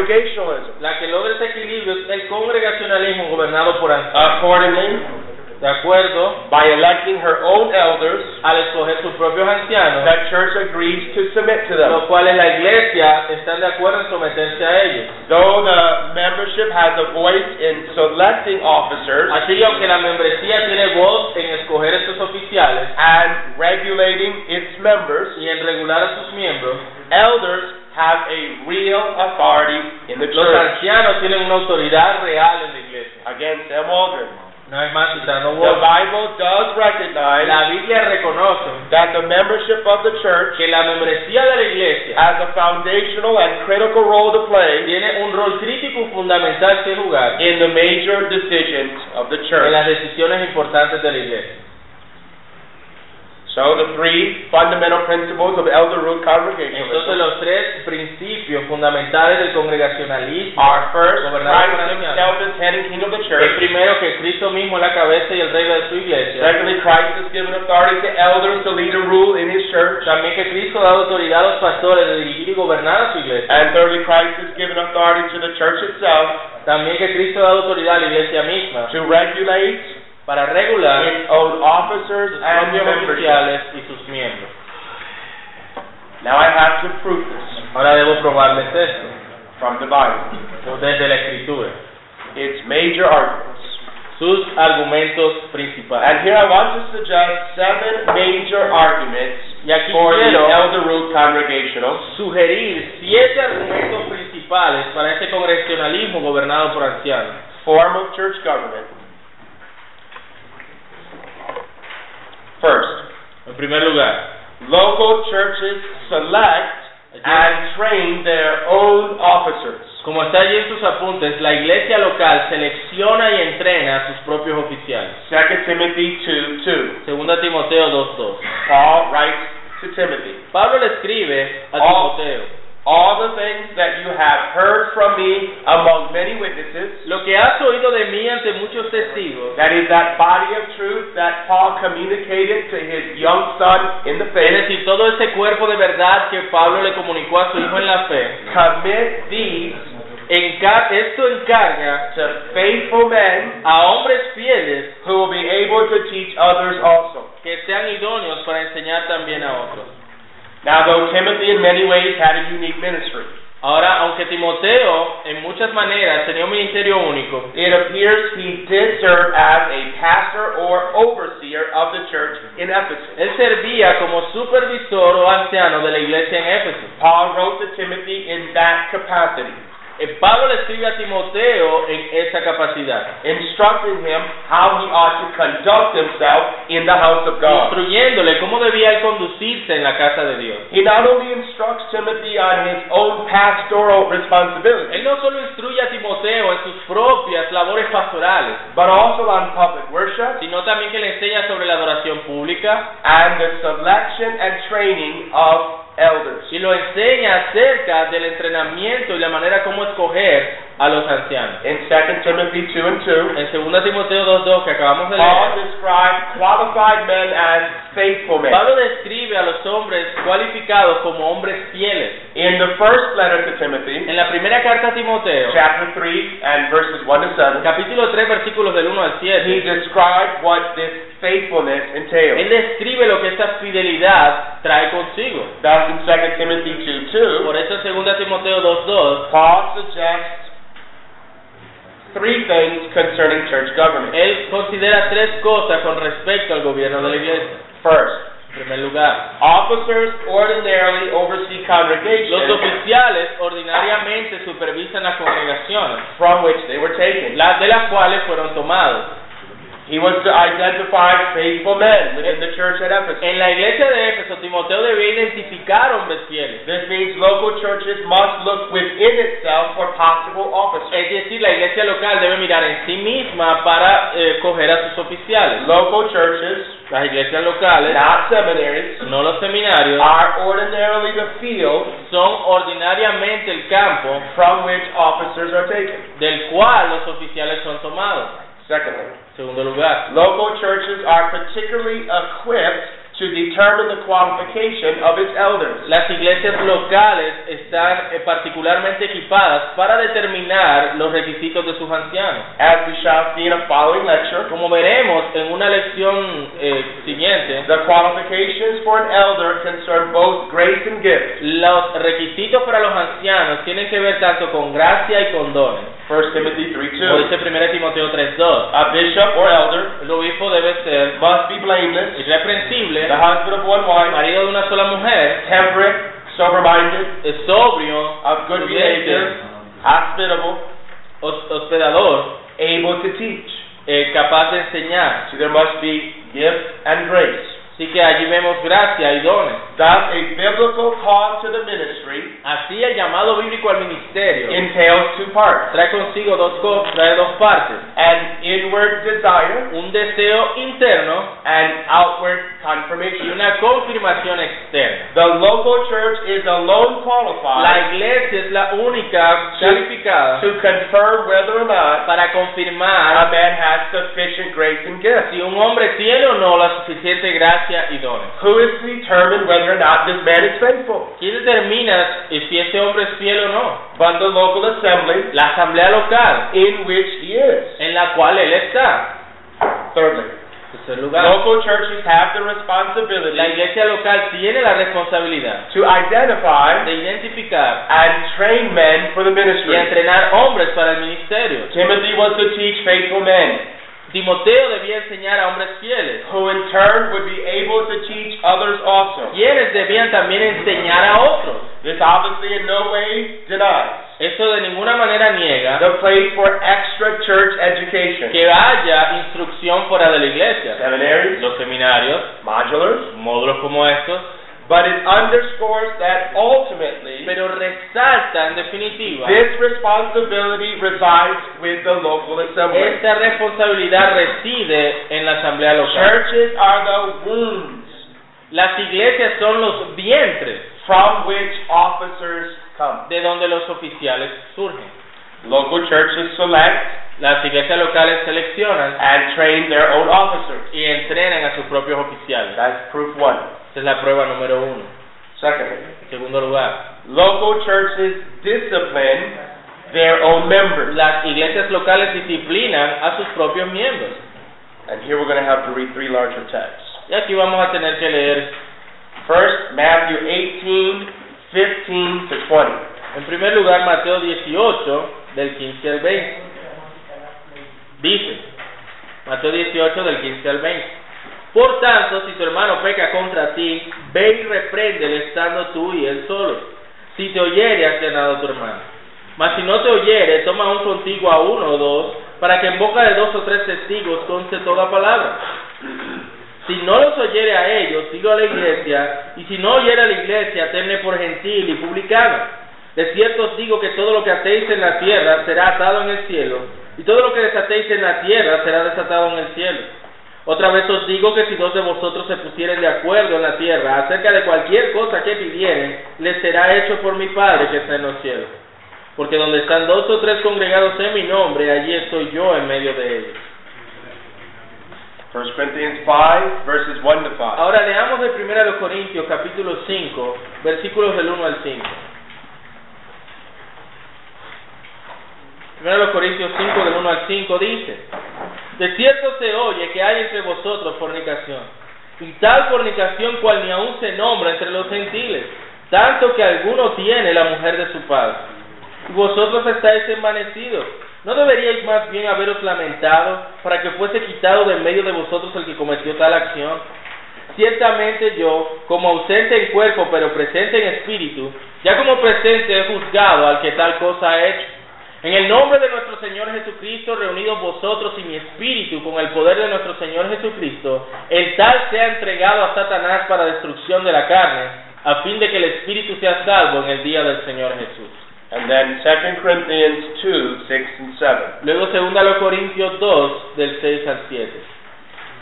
B: congregationalism.
A: La que logra ese equilibrio es el congregacionalismo gobernado por ancianos,
B: Accordingly,
A: de acuerdo
B: by electing her own elders,
A: al escoger sus propios ancianos,
B: the church agrees to submit to them.
A: los cuales la iglesia está de acuerdo en someterse a ellos.
B: Though the membership has a voice in selecting officers
A: Así que aunque la membresía tiene voz en escoger estos oficiales
B: and regulating its members,
A: y en regular a sus miembros,
B: elders have a real authority in the
A: los
B: church.
A: ancianos tienen una autoridad real en la iglesia.
B: Again, Sam Aldrin.
A: Una vez más, citando
B: The
A: Walsh,
B: The Bible does recognize
A: La Biblia reconoce
B: that the membership of the church
A: que la membresía de la iglesia
B: has a foundational and critical role to play
A: tiene un rol crítico y fundamental que jugar
B: in the major decisions of the
A: en
B: church.
A: las decisiones importantes de la iglesia.
B: So the three fundamental principles of elder
A: Entonces
B: root congregationalism
A: los tres principios fundamentales del congregacionalismo
B: are first,
A: Gobernador
B: Christ
A: Congregacional.
B: himself is head and king of the
A: es
B: church.
A: primero que Cristo mismo es la cabeza y el rey de su iglesia.
B: Secondly, Christ has given authority to elders to lead and rule in his church.
A: También que Cristo da autoridad a los pastores de dirigir y gobernar a su iglesia.
B: And thirdly, Christ has given authority to the church itself
A: También que Cristo da autoridad a la iglesia misma
B: to regulate
A: para regular
B: its own officers
A: sus
B: and
A: propios
B: membership.
A: oficiales y sus miembros.
B: Now I have to prove this
A: Ahora debo probarles esto
B: from the Bible.
A: desde la escritura.
B: Its major arguments.
A: Sus argumentos principales.
B: And here I want to suggest seven major arguments
A: Y aquí
B: for the
A: quiero
B: elder rule congregationals.
A: sugerir siete argumentos principales para este congresionalismo gobernado por ancianos.
B: form of church government. First,
A: En primer lugar,
B: local churches select and train their own officers.
A: como está allí en sus apuntes, la iglesia local selecciona y entrena a sus propios oficiales.
B: 2 Timothy 2
A: Segunda Timoteo 2.2.
B: 2. Paul writes to Timothy
A: Pablo le escribe a
B: Oh.
A: Timoteo,
B: All the things that you have heard from me among many witnesses,
A: lo que has oído de mí ante muchos testigos,
B: that is that body of truth that Paul communicated to his young son in the
A: es
B: faith,
A: decir, todo ese cuerpo de verdad que Pablo le comunicó a su hijo en la fe,
B: commit these
A: enca- esto encarga
B: to faithful men
A: a hombres fieles
B: who will be able to teach others also.
A: que sean idóneos para enseñar también a otros.
B: Now, though Timothy in many ways had a unique ministry,
A: Ahora, aunque Timoteo en muchas maneras tenía un ministerio único,
B: it appears he did serve as a pastor or overseer of the church in Ephesus.
A: él servía como supervisor o anciano de la iglesia en Éfeso.
B: Paul wrote to Timothy in that capacity,
A: Eh, Pablo le escribe a Timoteo en esa capacidad,
B: instructing him how he ought to conduct himself in the house of God.
A: instruyéndole cómo debía él conducirse en la casa de Dios.
B: He not only instructs Timothy on his own pastoral responsibilities,
A: Él no solo instruye a Timoteo en sus propias labores pastorales,
B: but also on public worship
A: sino también que le enseña sobre la adoración pública
B: and the selection and training of elders.
A: y lo enseña acerca del entrenamiento y la manera como escoger a los ancianos.
B: In 2 Timothy 2 and 2,
A: En 2 Timoteo 2.2 que acabamos de
B: Paul
A: leer,
B: described qualified men as faithful men.
A: Pablo describe a los hombres cualificados como hombres fieles.
B: In the first letter to Timothy,
A: En la primera carta a Timoteo,
B: chapter 3 and verses 1 to 7,
A: capítulo 3, versículos del 1 al
B: he
A: 7,
B: described what this faithfulness
A: él
B: entails.
A: describe lo que esta fidelidad trae consigo.
B: Thus, in 2 Timothy 2
A: Por eso en 2 Timoteo 2.2,
B: 2, Paul suggests three things concerning church government.
A: él considera tres cosas con respecto al gobierno de la iglesia.
B: First,
A: En primer lugar,
B: officers ordinarily oversee
A: los
B: congregations
A: oficiales ordinariamente supervisan las congregaciones,
B: from which they were taken.
A: las de las cuales fueron tomados.
B: He was to identify faithful men within the church at Ephesus.
A: En la iglesia de Éfeso, Timoteo debía identificar hombres fieles.
B: This means local churches must look within itself for possible officers.
A: Es decir, la iglesia local debe mirar en sí misma para eh, coger a sus oficiales.
B: Local churches,
A: Las iglesias locales,
B: not seminaries,
A: no los seminarios,
B: are ordinarily the field
A: son ordinariamente el campo
B: from which officers are taken.
A: del cual los oficiales son tomados.
B: Secondly,
A: Segundo lugar,
B: local churches are particularly equipped to determine the qualification of its elders.
A: las iglesias locales están eh, particularmente equipadas para determinar los requisitos de sus ancianos.
B: As we shall see in a following lecture,
A: Como veremos en una lección eh, siguiente,
B: the qualifications for an elder concern both grace and gift.
A: Los requisitos para los ancianos tienen que ver tanto con gracia y con dones.
B: 1 Timothy 3
A: Como
B: 2.
A: dice 1 Timoteo 3.2,
B: A bishop or elder
A: el obispo debe ser
B: must be blameless,
A: irreprensible,
B: the husband of one wife,
A: marido de una sola mujer,
B: temperate, sober minded,
A: eh, sobrio,
B: of good
A: prudente,
B: behavior, hospitable,
A: hos- hospedador,
B: able to teach.
A: eh, capaz de enseñar.
B: So there must be gift and grace.
A: Así que allí vemos gracia y dones.
B: Thus, a biblical call to the ministry
A: Así el llamado bíblico al ministerio
B: entails two parts
A: trae consigo dos cosas, trae dos partes.
B: an inward desire
A: Un deseo interno
B: and outward
A: y
B: confirmation.
A: una confirmación externa.
B: The local church is alone qualified
A: La iglesia es la única calificada
B: to confirm whether or not
A: para
B: a
A: confirmar
B: man has sufficient grace and
A: si
B: gifts.
A: un hombre tiene o no la suficiente gracia y dones.
B: Who is to determine whether or not this man is faithful?
A: ¿Quién determina eh, si ese hombre es fiel o no?
B: But the local assembly
A: La asamblea local
B: in which he is.
A: en la cual él está.
B: Thirdly,
A: Tercer lugar,
B: local churches have the responsibility
A: la iglesia local tiene la responsabilidad
B: to identify
A: de identificar
B: and train men for the
A: y
B: ministry.
A: entrenar hombres para el ministerio.
B: Timothy was to teach faithful men,
A: Timoteo debía enseñar a hombres fieles,
B: who in turn would be able to teach others also.
A: quienes debían también enseñar a otros.
B: This obviously in no way denies
A: Esto de ninguna manera niega
B: the place for extra church education.
A: que haya instrucción fuera de la iglesia.
B: Seminaries,
A: Los seminarios,
B: modulars,
A: módulos como estos,
B: but it underscores that ultimately
A: pero resalta en definitiva
B: this responsibility resides with the local assembly.
A: Esta responsabilidad reside en la asamblea local.
B: Churches are the wombs
A: Las iglesias son los vientres
B: from which officers come.
A: de donde los oficiales surgen.
B: Local churches select
A: Las iglesias locales seleccionan
B: and train their own officers.
A: y entrenan a sus propios oficiales.
B: That's proof one.
A: Esa es la prueba número uno.
B: Secondly,
A: En segundo lugar,
B: local churches discipline their own members.
A: las iglesias locales disciplinan a sus propios miembros.
B: And here we're going to have to read three larger texts.
A: Y aquí vamos a tener que leer,
B: First, Matthew 18, 15 to 20.
A: en primer lugar, Mateo 18, del 15 al 20. Dice, Mateo 18 del 15 al 20. Por tanto, si tu hermano peca contra ti, ve y repréndele estando tú y él solo. Si te oyere, has ganado a tu hermano. Mas si no te oyere, toma un contigo a uno o dos, para que en boca de dos o tres testigos conste toda palabra. Si no los oyere a ellos, dilo a la iglesia, y si no oyere a la iglesia, tenle por gentil y publicano. De cierto os digo que todo lo que atéis en la tierra será atado en el cielo, y todo lo que desatéis en la tierra será desatado en el cielo. Otra vez os digo que si dos de vosotros se pusieren de acuerdo en la tierra acerca de cualquier cosa que pidieren, les será hecho por mi Padre que está en los cielos. Porque donde están dos o tres congregados en mi nombre, allí estoy yo en medio de ellos.
B: 1 Corinthians 5, verses 1 to 5.
A: Ahora leamos de 1 de Corintios capítulo 5, versículos del 1 al 5. 1 de Corintios 5 del 1 al 5 dice, de cierto se oye que hay entre vosotros fornicación, y tal fornicación cual ni aun se nombra entre los gentiles, tanto que alguno tiene la mujer de su padre. Y vosotros estáis envanecidos. ¿No deberíais más bien haberos lamentado para que fuese quitado de en medio de vosotros el que cometió tal acción? Ciertamente yo, como ausente en cuerpo pero presente en espíritu, ya como presente he juzgado al que tal cosa ha hecho. En el nombre de nuestro Señor Jesucristo, reunidos vosotros y mi espíritu con el poder de nuestro Señor Jesucristo, el tal sea entregado a Satanás para destrucción de la carne, a fin de que el espíritu sea salvo en el día del Señor Jesús.
B: And then 2 Corinthians 2, 6 and 7.
A: Luego 2 Corintios 2, del 6 al 7.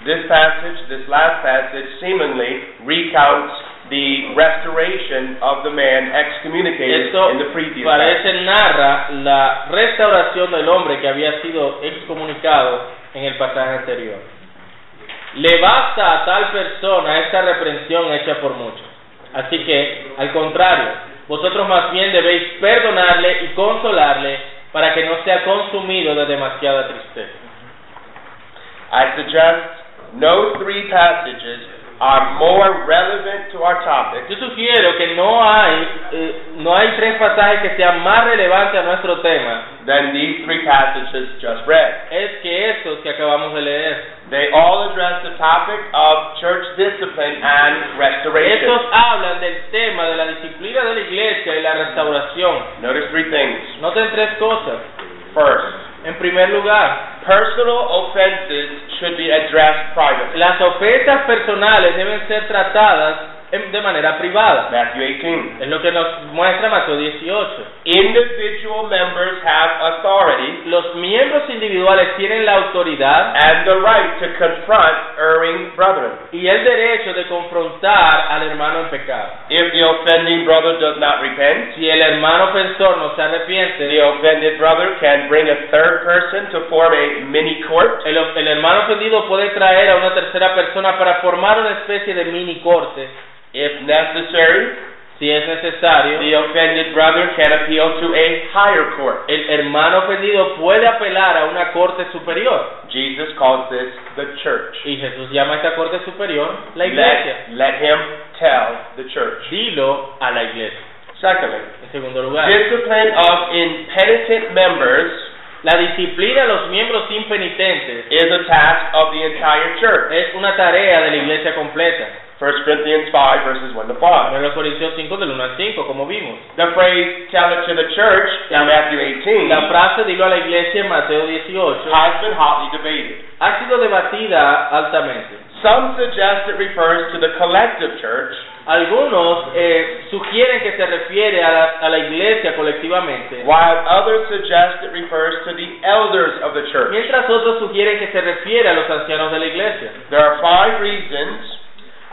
B: This passage, this last passage, seemingly recounts the restoration of the man excommunicated
A: Esto
B: in the previous passage.
A: parece narra la restauración del hombre que había sido excomunicado en el pasaje anterior. Le basta a tal persona esta reprensión hecha por muchos. Así que, al contrario, vosotros más bien debéis perdonarle y consolarle para que no sea consumido de demasiada tristeza.
B: I suggest no three passages are more relevant to our topic
A: Yo sugiero que no hay, eh, no hay tres pasajes que sean más relevantes a nuestro tema
B: than these three passages just read.
A: es que estos que acabamos de leer.
B: They all address the topic of church discipline and
A: Estos
B: restoration.
A: hablan del tema de la disciplina de la iglesia y la restauración.
B: Notice three things.
A: Noten tres cosas.
B: First,
A: En primer lugar,
B: Personal offenses should be addressed privately.
A: las ofensas personales deben ser tratadas en- de manera privada.
B: Matthew 18.
A: Es lo que nos muestra Mateo 18.
B: Individual members have authority
A: Los miembros individuales tienen la autoridad
B: and the right to confront erring brethren
A: y el derecho de confrontar al hermano en pecado.
B: if the offending brother does not repent.
A: Si el hermano ofensor no se
B: The
A: arrepiente,
B: offended brother can bring a third person to form a mini court.
A: el, of- el hermano ofendido puede traer a una tercera persona para formar una especie de mini corte,
B: If necessary,
A: si es necesario.
B: the offended brother can appeal to a higher court.
A: El hermano ofendido puede apelar a una corte superior.
B: Jesus calls this the church.
A: Y Jesús llama a esta corte superior la iglesia.
B: Let, let him tell the church.
A: Dilo a la iglesia.
B: Secondly,
A: En segundo lugar,
B: discipline of impenitent members
A: la disciplina a los miembros impenitentes
B: is a task of the entire church.
A: es una tarea de la iglesia completa.
B: 1 Corinthians 5, verses 1 to 5.
A: 1 Corintios 5 del 1 al 5, como vimos.
B: The phrase tell it to the church in Matthew 18
A: La frase dilo a la iglesia en Mateo 18
B: has been hotly debated.
A: ha sido debatida altamente.
B: Some suggest it refers to the collective church,
A: Algunos eh, sugieren que se refiere a la, a la iglesia colectivamente,
B: while others suggest it refers to the elders of the church.
A: mientras otros sugieren que se refiere a los ancianos de la iglesia.
B: There are five reasons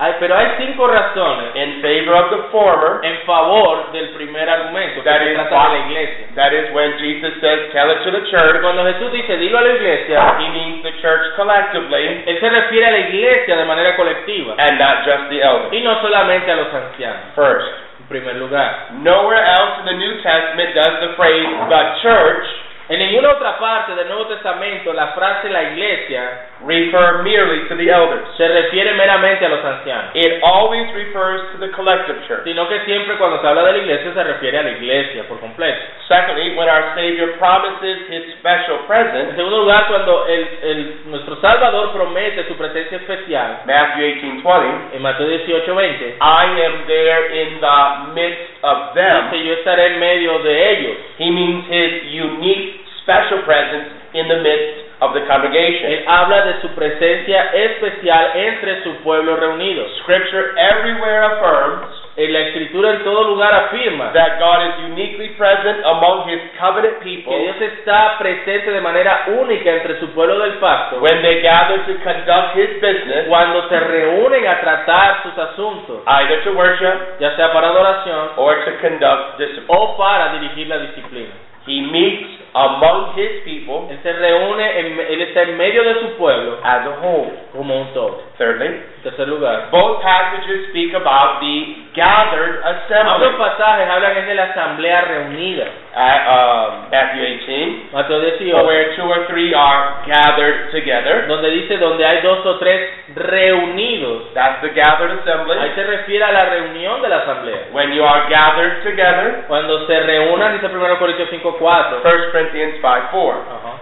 A: Ay, pero hay cinco razones
B: in favor of the former.
A: en favor del primer argumento, que
B: That
A: se
B: is
A: trata de la
B: why-
A: iglesia.
B: That is when Jesus says, tell it to the church.
A: Cuando Jesús dice, dilo a la iglesia,
B: He means the church collectively
A: él se refiere a la iglesia de manera colectiva
B: and not just the elders.
A: y no solamente a los ancianos,
B: First,
A: en primer lugar.
B: nowhere else in the New Testament does the phrase the church
A: En ninguna otra parte del Nuevo Testamento la frase la iglesia
B: refer merely to the elders.
A: se refiere meramente a los ancianos,
B: It always refers to the collective church.
A: sino que siempre cuando se habla de la iglesia se refiere a la iglesia por completo.
B: Secondly, when our Savior promises his special
A: En
B: presence,
A: segundo lugar, cuando el, el- nuestro Salvador promete su presencia especial
B: Matthew 18:20,
A: en Mateo 18, 20,
B: I am there in the midst of them.
A: Dice, yo estaré en medio de ellos.
B: He means his unique special presence in the midst of the congregation.
A: Él habla de su presencia especial entre su pueblo reunido.
B: Scripture everywhere affirms
A: En la escritura en todo lugar afirma
B: that God is uniquely present among his covenant people
A: que Dios está presente de manera única entre su pueblo del pacto
B: when they gather to conduct his business,
A: cuando se reúnen a tratar sus asuntos,
B: either to worship
A: ya sea para adoración
B: or to conduct discipline.
A: o para dirigir la disciplina.
B: He meets among his people
A: Él se reúne, en- él está en medio de su pueblo
B: as a whole.
A: como un todo.
B: Thirdly,
A: En tercer lugar,
B: both passages speak about the gathered
A: ambos
B: assembly.
A: pasajes hablan es de la asamblea reunida.
B: At um, Matthew 18,
A: Mateo 18.
B: where two or three are gathered together.
A: donde dice donde hay dos o tres reunidos.
B: That's the gathered assembly.
A: Ahí se refiere a la reunión de la asamblea.
B: When you are gathered together,
A: Cuando se reúnan, dice 1 Corintios 5.4.
B: 1 Corinthians 5 4.
A: Ajá.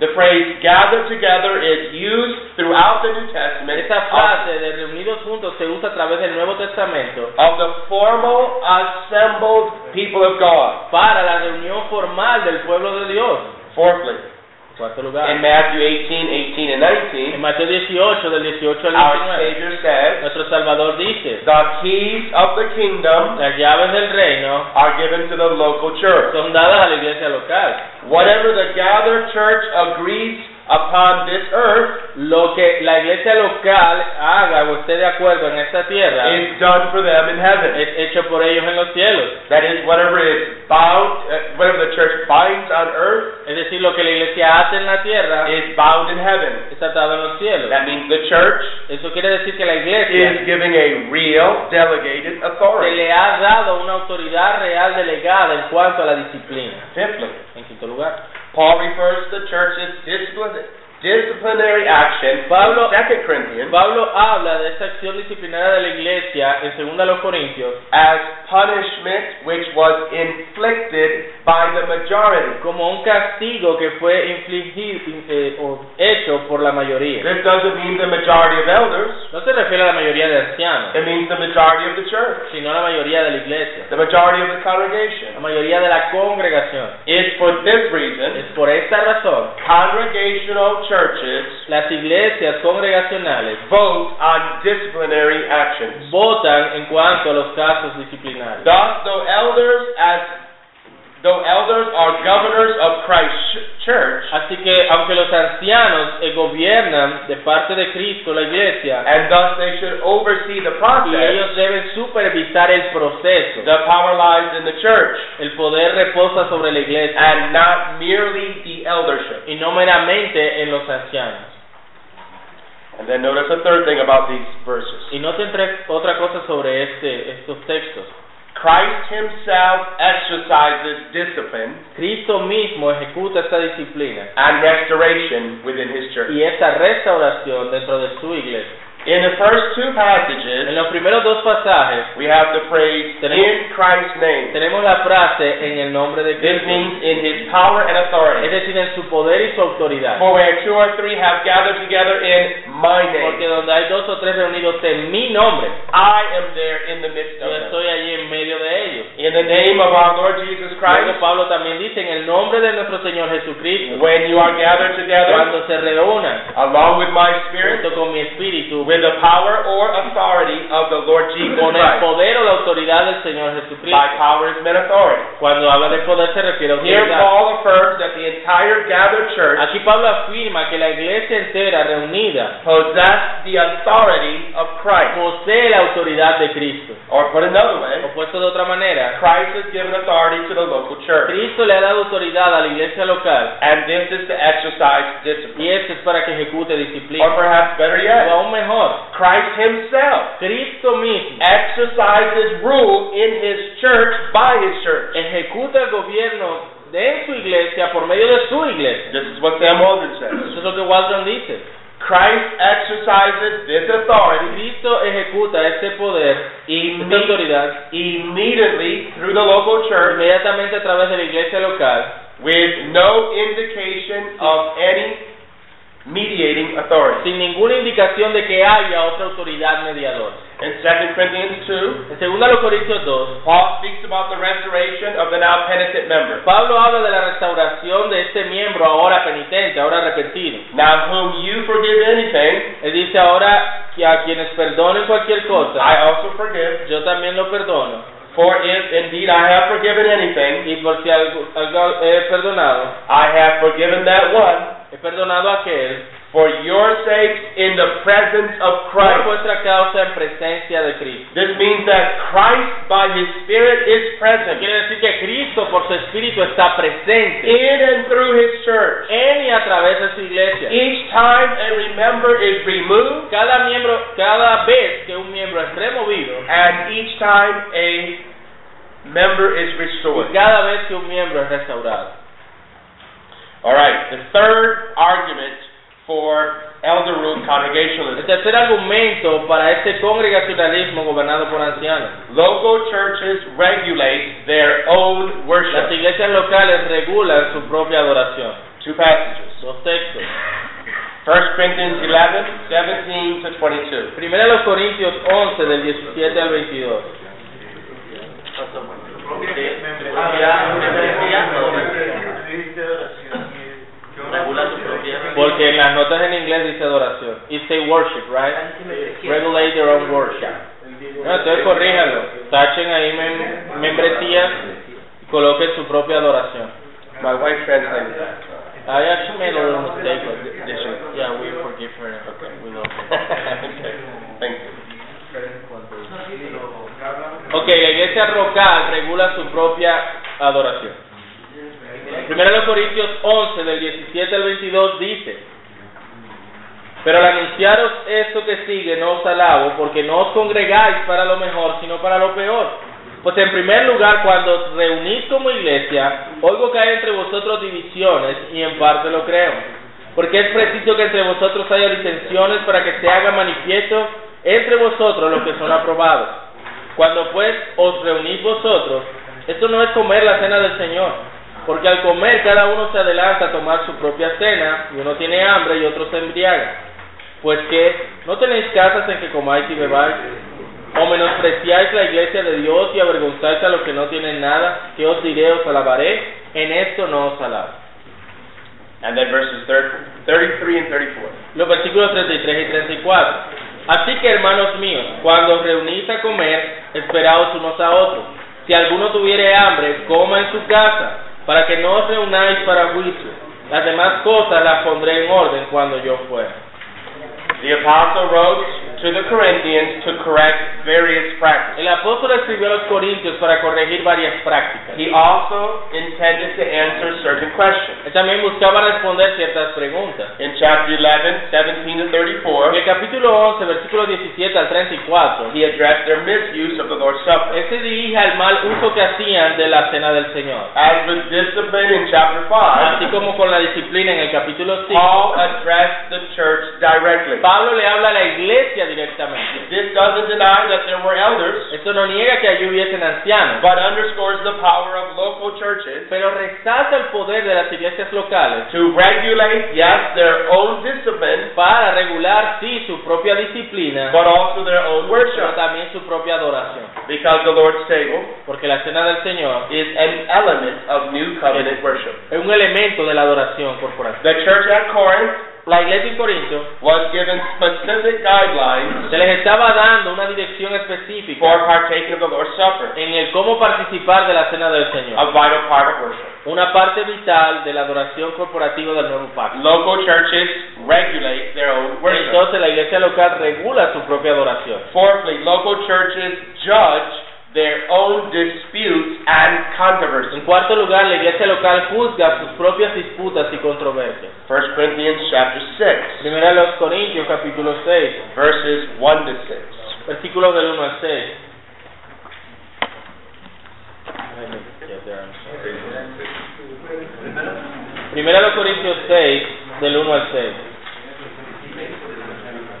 B: The phrase gather together is used throughout the New Testament
A: Esa
B: of,
A: frase de reunidos juntos se usa a través del Nuevo Testamento
B: of the formal assembled people of God.
A: para la reunión formal del pueblo de Dios.
B: Fourthly,
A: En cuarto
B: in
A: lugar,
B: Matthew 18, 18 and
A: en
B: 19,
A: Mateo 18, del 18
B: our
A: al 19,
B: Savior says,
A: nuestro Salvador dice,
B: The keys of the kingdom
A: las llaves del reino
B: are given to the local church.
A: son dadas a la iglesia local.
B: Whatever the gathered church agrees upon this earth
A: Lo que la iglesia local haga o esté de acuerdo en esta tierra,
B: is done for them in heaven.
A: es hecho por ellos en los cielos.
B: That is, whatever is bound, uh, whatever the church binds on earth
A: Es decir, lo que la iglesia hace en la tierra
B: is bound in heaven.
A: es atado en los cielos.
B: That means the church
A: Eso quiere decir que la
B: is
A: iglesia
B: giving a real delegated
A: se
B: authority.
A: le ha dado una autoridad real delegada en cuanto a la disciplina.
B: Fifthly,
A: En quinto lugar,
B: Paul refers to the church's discipline, disciplinary action
A: Pablo-
B: in 2 Corinthians
A: Pablo habla de esta acción disciplinaria de la iglesia en 2 de los Corintios
B: as punishment which was inflicted by the majority.
A: como un castigo que fue infligido eh, o hecho por la mayoría.
B: This doesn't mean the majority of elders.
A: No se refiere a la mayoría de ancianos,
B: It means the majority of the church,
A: sino a la mayoría de la iglesia,
B: the majority of the
A: la
B: congregation.
A: mayoría de la congregación.
B: It's for this
A: Es
B: reason
A: por esta razón
B: congregational churches
A: las iglesias congregacionales
B: vote on disciplinary actions.
A: votan en cuanto a los casos disciplinarios.
B: Thus, though elders as though elders are governors of Christ's ch- church,
A: Así que aunque los ancianos eh, gobiernan de parte de Cristo la iglesia
B: and thus they should oversee the
A: y
B: process,
A: ellos deben supervisar el proceso,
B: the power lies in the church
A: el poder reposa sobre la iglesia
B: and not merely the eldership.
A: y no meramente en los ancianos.
B: And then notice a third thing about these verses.
A: Y noten tres- otra cosa sobre este, estos textos.
B: Christ himself exercises discipline
A: Cristo mismo ejecuta esta disciplina
B: and restoration within his church.
A: y esta restauración dentro de su iglesia.
B: In the first two
A: En
B: passages,
A: los primeros dos pasajes
B: we have the phrase in Christ's name.
A: tenemos la frase en el nombre de
B: This
A: Cristo,
B: means in his power and
A: es
B: authority.
A: decir, en su poder y su autoridad.
B: For where two or three have gathered together in my
A: Porque
B: name,
A: donde hay dos o tres reunidos en mi nombre,
B: I am there in the midst
A: yo
B: of them.
A: estoy allí en medio de ellos.
B: In the name of our Lord Jesus
A: Luego
B: Christ,
A: Pablo también dice, en el nombre de nuestro Señor Jesucristo,
B: when you are gathered together,
A: cuando se reúnan
B: along with my spirit,
A: junto con mi espíritu,
B: with the power or authority of the Lord Jesus
A: con el
B: Christ.
A: poder o la autoridad del Señor
B: By
A: Jesucristo.
B: power is meant authority.
A: Cuando habla de poder se refiere a
B: Here
A: autoridad.
B: Paul affirms that the entire gathered church
A: Aquí Pablo afirma que la iglesia entera reunida
B: possess the authority of Christ.
A: posee la autoridad de Cristo.
B: Or put another way,
A: O puesto de otra manera,
B: Christ has given authority to the local church.
A: Cristo le ha dado autoridad a la iglesia local
B: And this is to exercise
A: y
B: discipline.
A: esto es para que ejecute
B: Or
A: disciplina.
B: perhaps better
A: O
B: yet,
A: aún mejor,
B: Christ himself
A: Cristo mismo
B: exercises rule in his church by his church.
A: ejecuta el gobierno de su iglesia por medio de su iglesia.
B: This is what Sam Walden
A: Eso
B: says.
A: es lo que Waldron dice.
B: Christ exercises this authority
A: Cristo ejecuta este poder, esta
B: imme-
A: autoridad,
B: immediately through the local church
A: inmediatamente a través de la iglesia local
B: with no indication of any mediating authority.
A: sin ninguna indicación de que haya otra autoridad mediadora.
B: In 2 Corinthians 2,
A: En 2 de los Corintios 2,
B: Paul speaks about the restoration of the now penitent member,
A: Pablo habla de la restauración de este miembro ahora penitente, ahora arrepentido.
B: now whom you forgive anything,
A: Él dice ahora que a quienes perdonen cualquier cosa,
B: I also forgive.
A: yo también lo perdono.
B: For if indeed I have forgiven anything,
A: Y por si algo, algo he perdonado,
B: I have forgiven that one
A: he perdonado a aquel
B: for your sakes in the presence of
A: por
B: Christ.
A: vuestra causa en presencia de Cristo.
B: This means that Christ by his Spirit is present
A: Quiere decir que Cristo por su Espíritu está presente
B: in and through his church.
A: en y a través de su iglesia.
B: Each time a remember is removed
A: Cada miembro, cada vez que un miembro es removido,
B: and each time a member is
A: Y
B: restored.
A: cada vez que un miembro es restaurado.
B: All right, the third argument for elder rule
A: El
B: congregationalism.
A: tercer argumento para este congregacionalismo gobernado por ancianos.
B: Local churches regulate their own
A: Las
B: worship.
A: iglesias locales regulan su propia adoración.
B: Two passages.
A: Dos textos.
B: 1 Corinthians 11, 17 to 22.
A: Primero los Corintios 11 del 17 al 22. Porque en las notas en inglés dice adoración. Y say worship, right? Regulate your own worship. No, entonces corríjalo. Tachen ahí mem- membresías y coloquen su propia adoración.
B: My wife translated that.
A: I actually made a little mistake, but
B: Did she?
A: yeah, we forgive her. Okay, we love her.
B: okay. Thank you.
A: ok, la iglesia local regula su propia adoración. Primero los Corintios 11, del 17 al 22 dice, pero al anunciaros esto que sigue no os alabo, porque no os congregáis para lo mejor, sino para lo peor. Pues en primer lugar, cuando os reunís como iglesia, oigo que hay entre vosotros divisiones y en parte lo creo. Porque es preciso que entre vosotros haya disensiones para que se haga manifiesto entre vosotros los que son aprobados. Cuando pues os reunís vosotros, esto no es comer la cena del Señor, porque al comer cada uno se adelanta a tomar su propia cena, y uno tiene hambre y otro se embriaga. Pues que no tenéis casas en que comáis y bebáis, o menospreciáis la iglesia de Dios y avergonzáis a los que no tienen nada, que os diré, os alabaré, en esto no os alabo.
B: And then verses thir- 33 and 34.
A: Los versículos 33 y 34. Así que, hermanos míos, cuando os reunís a comer, esperaos unos a otros. Si alguno tuviere hambre, coma en su casa, para que no os reunáis para juicio. Las demás cosas las pondré en orden cuando yo fuera.
B: The apostle wrote to the Corinthians to correct various practices.
A: El apóstol escribió a los corintios para corregir varias prácticas.
B: He also intended to answer certain questions.
A: Él también buscaba responder ciertas preguntas.
B: In chapter 11, 17 to
A: En
B: 34,
A: el capítulo 11, versículos 17 al 34,
B: he addressed their misuse of the Lord's Supper.
A: él se "Este dirige al mal uso que hacían de la cena del Señor.
B: As with discipline in chapter
A: Así
B: 5,
A: como con la disciplina en el capítulo 5,
B: Paul addressed the church directly.
A: Pablo le habla a la iglesia directamente.
B: This doesn't deny that there were elders,
A: Esto no niega que allí hubiesen ancianos,
B: but underscores the power of local churches
A: pero resalta el poder de las iglesias locales
B: to regulate, yes, their own discipline,
A: para regular, sí, su propia disciplina,
B: but also their own
A: pero
B: worship.
A: también su propia adoración.
B: Because the Lord's table
A: Porque la cena del Señor
B: is an element of New Covenant worship.
A: es un elemento de la adoración corporal.
B: The church at Corinth
A: La iglesia en Corinto
B: was given specific guidelines
A: se les estaba dando una dirección
B: for
A: específica
B: partaking of the Lord's Supper,
A: en el cómo participar de la cena del
B: a
A: Señor,
B: vital part of worship.
A: una parte vital de la adoración corporativa del nuevo pacto.
B: Local churches regulate their own worship.
A: Entonces la iglesia local regula su propia adoración.
B: Fourthly, local churches judge their own disputes and
A: En
B: controversies.
A: cuarto lugar, la iglesia local juzga sus propias disputas y controversias.
B: 1 Corinthians chapter 6,
A: Primera de los Corintios, capítulo 6,
B: verses 1 to 6.
A: versículos del 1 al 6. Primera de los Corintios 6, del 1 al 6.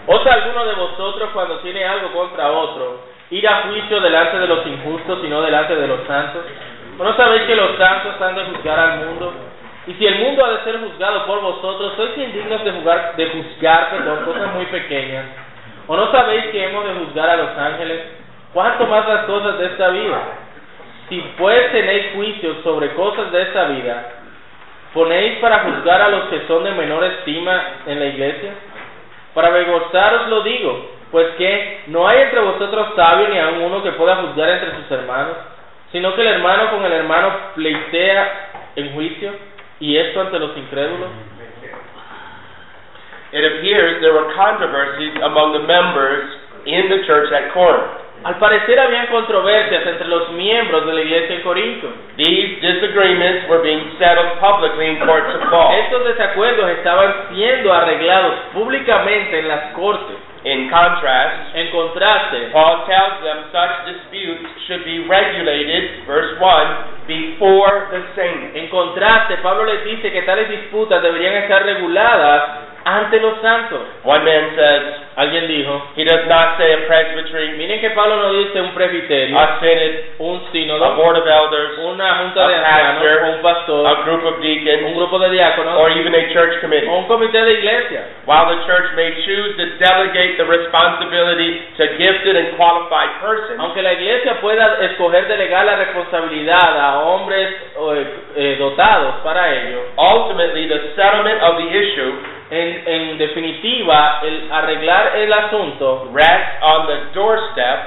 A: ¿Os alguno de vosotros cuando tiene algo contra otro, ir a juicio delante de los injustos y no delante de los santos? ¿O no sabéis que los santos han de juzgar al mundo? Y si el mundo ha de ser juzgado por vosotros, sois indignos de, jugar, de juzgar perdón, cosas muy pequeñas. ¿O no sabéis que hemos de juzgar a los ángeles? ¿Cuánto más las cosas de esta vida? Si pues tenéis juicios sobre cosas de esta vida, ¿ponéis para juzgar a los que son de menor estima en la iglesia? Para avergonzaros lo digo, pues que no hay entre vosotros sabio ni aun uno que pueda juzgar entre sus hermanos, sino que el hermano con el hermano pleitea en juicio, y esto ante los incrédulos.
B: It appears there were controversies among the members in the church at Corinth.
A: Al parecer habían controversias entre los miembros de la iglesia en Corinto.
B: These disagreements were being settled publicly in courts of law.
A: Estos desacuerdos estaban siendo arreglados públicamente en las cortes.
B: In contrast,
A: En contraste,
B: Paul tells them such disputes should be regulated, verse 1, before the saints.
A: en contraste, Pablo les dice que tales disputas deberían estar reguladas ante los santos.
B: One man says,
A: Alguien dijo,
B: he does not say a presbytery,
A: miren que Pablo no dice un
B: a
A: presbiterio,
B: synod,
A: un
B: a
A: sínodo,
B: board of elders,
A: una junta de ancianos, un
B: a
A: pastor,
B: group of
A: un
B: deacons,
A: grupo de diáconos
B: or even a church committee.
A: o un comité de iglesia.
B: While the church may choose to delegate the responsibility to gifted and qualified persons,
A: Aunque la iglesia pueda escoger delegar la responsabilidad a hombres eh, eh, dotados para ello,
B: ultimately the settlement of the issue
A: en, en definitiva, el arreglar el asunto
B: rests on the doorstep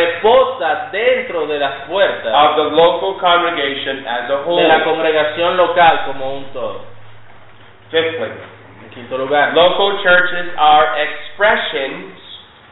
A: reposa dentro de las
B: of
A: puertas
B: the local congregation as
A: de
B: a
A: la
B: whole.
A: congregación local como un todo.
B: Fifthly,
A: En quinto lugar,
B: local churches are expressions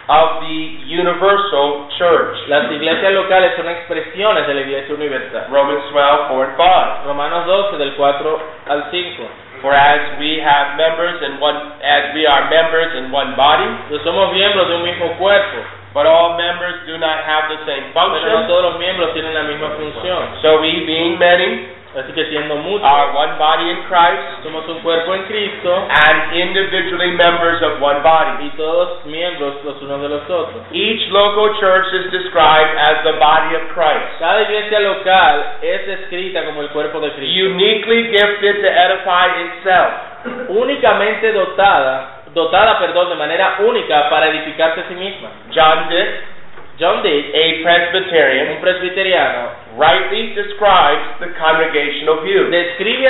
B: of the universal church.
A: las iglesias locales son expresiones de la iglesia universal.
B: Romans 12, 4 and 5.
A: Romanos 12, del 4 al 5.
B: For as we have members in one, as we are members in one body,
A: Pues somos miembros de un mismo cuerpo,
B: but all members do not have the same
A: pero no
B: function.
A: todos los miembros tienen la misma función.
B: So we, being many,
A: Así que siendo muchos,
B: are one body in Christ
A: somos un cuerpo en Cristo
B: and individually members of one
A: y
B: body.
A: todos miembros los unos de los otros.
B: Each local church is described as the body of Christ,
A: Cada iglesia local es descrita como el cuerpo de Cristo,
B: uniquely gifted to edify itself.
A: únicamente dotada, dotada, perdón, de manera única para edificarse a sí misma.
B: John Dick,
A: John Dick,
B: a
A: un
B: Presbyterian,
A: presbiteriano,
B: rightly describes the congregational view.
A: describe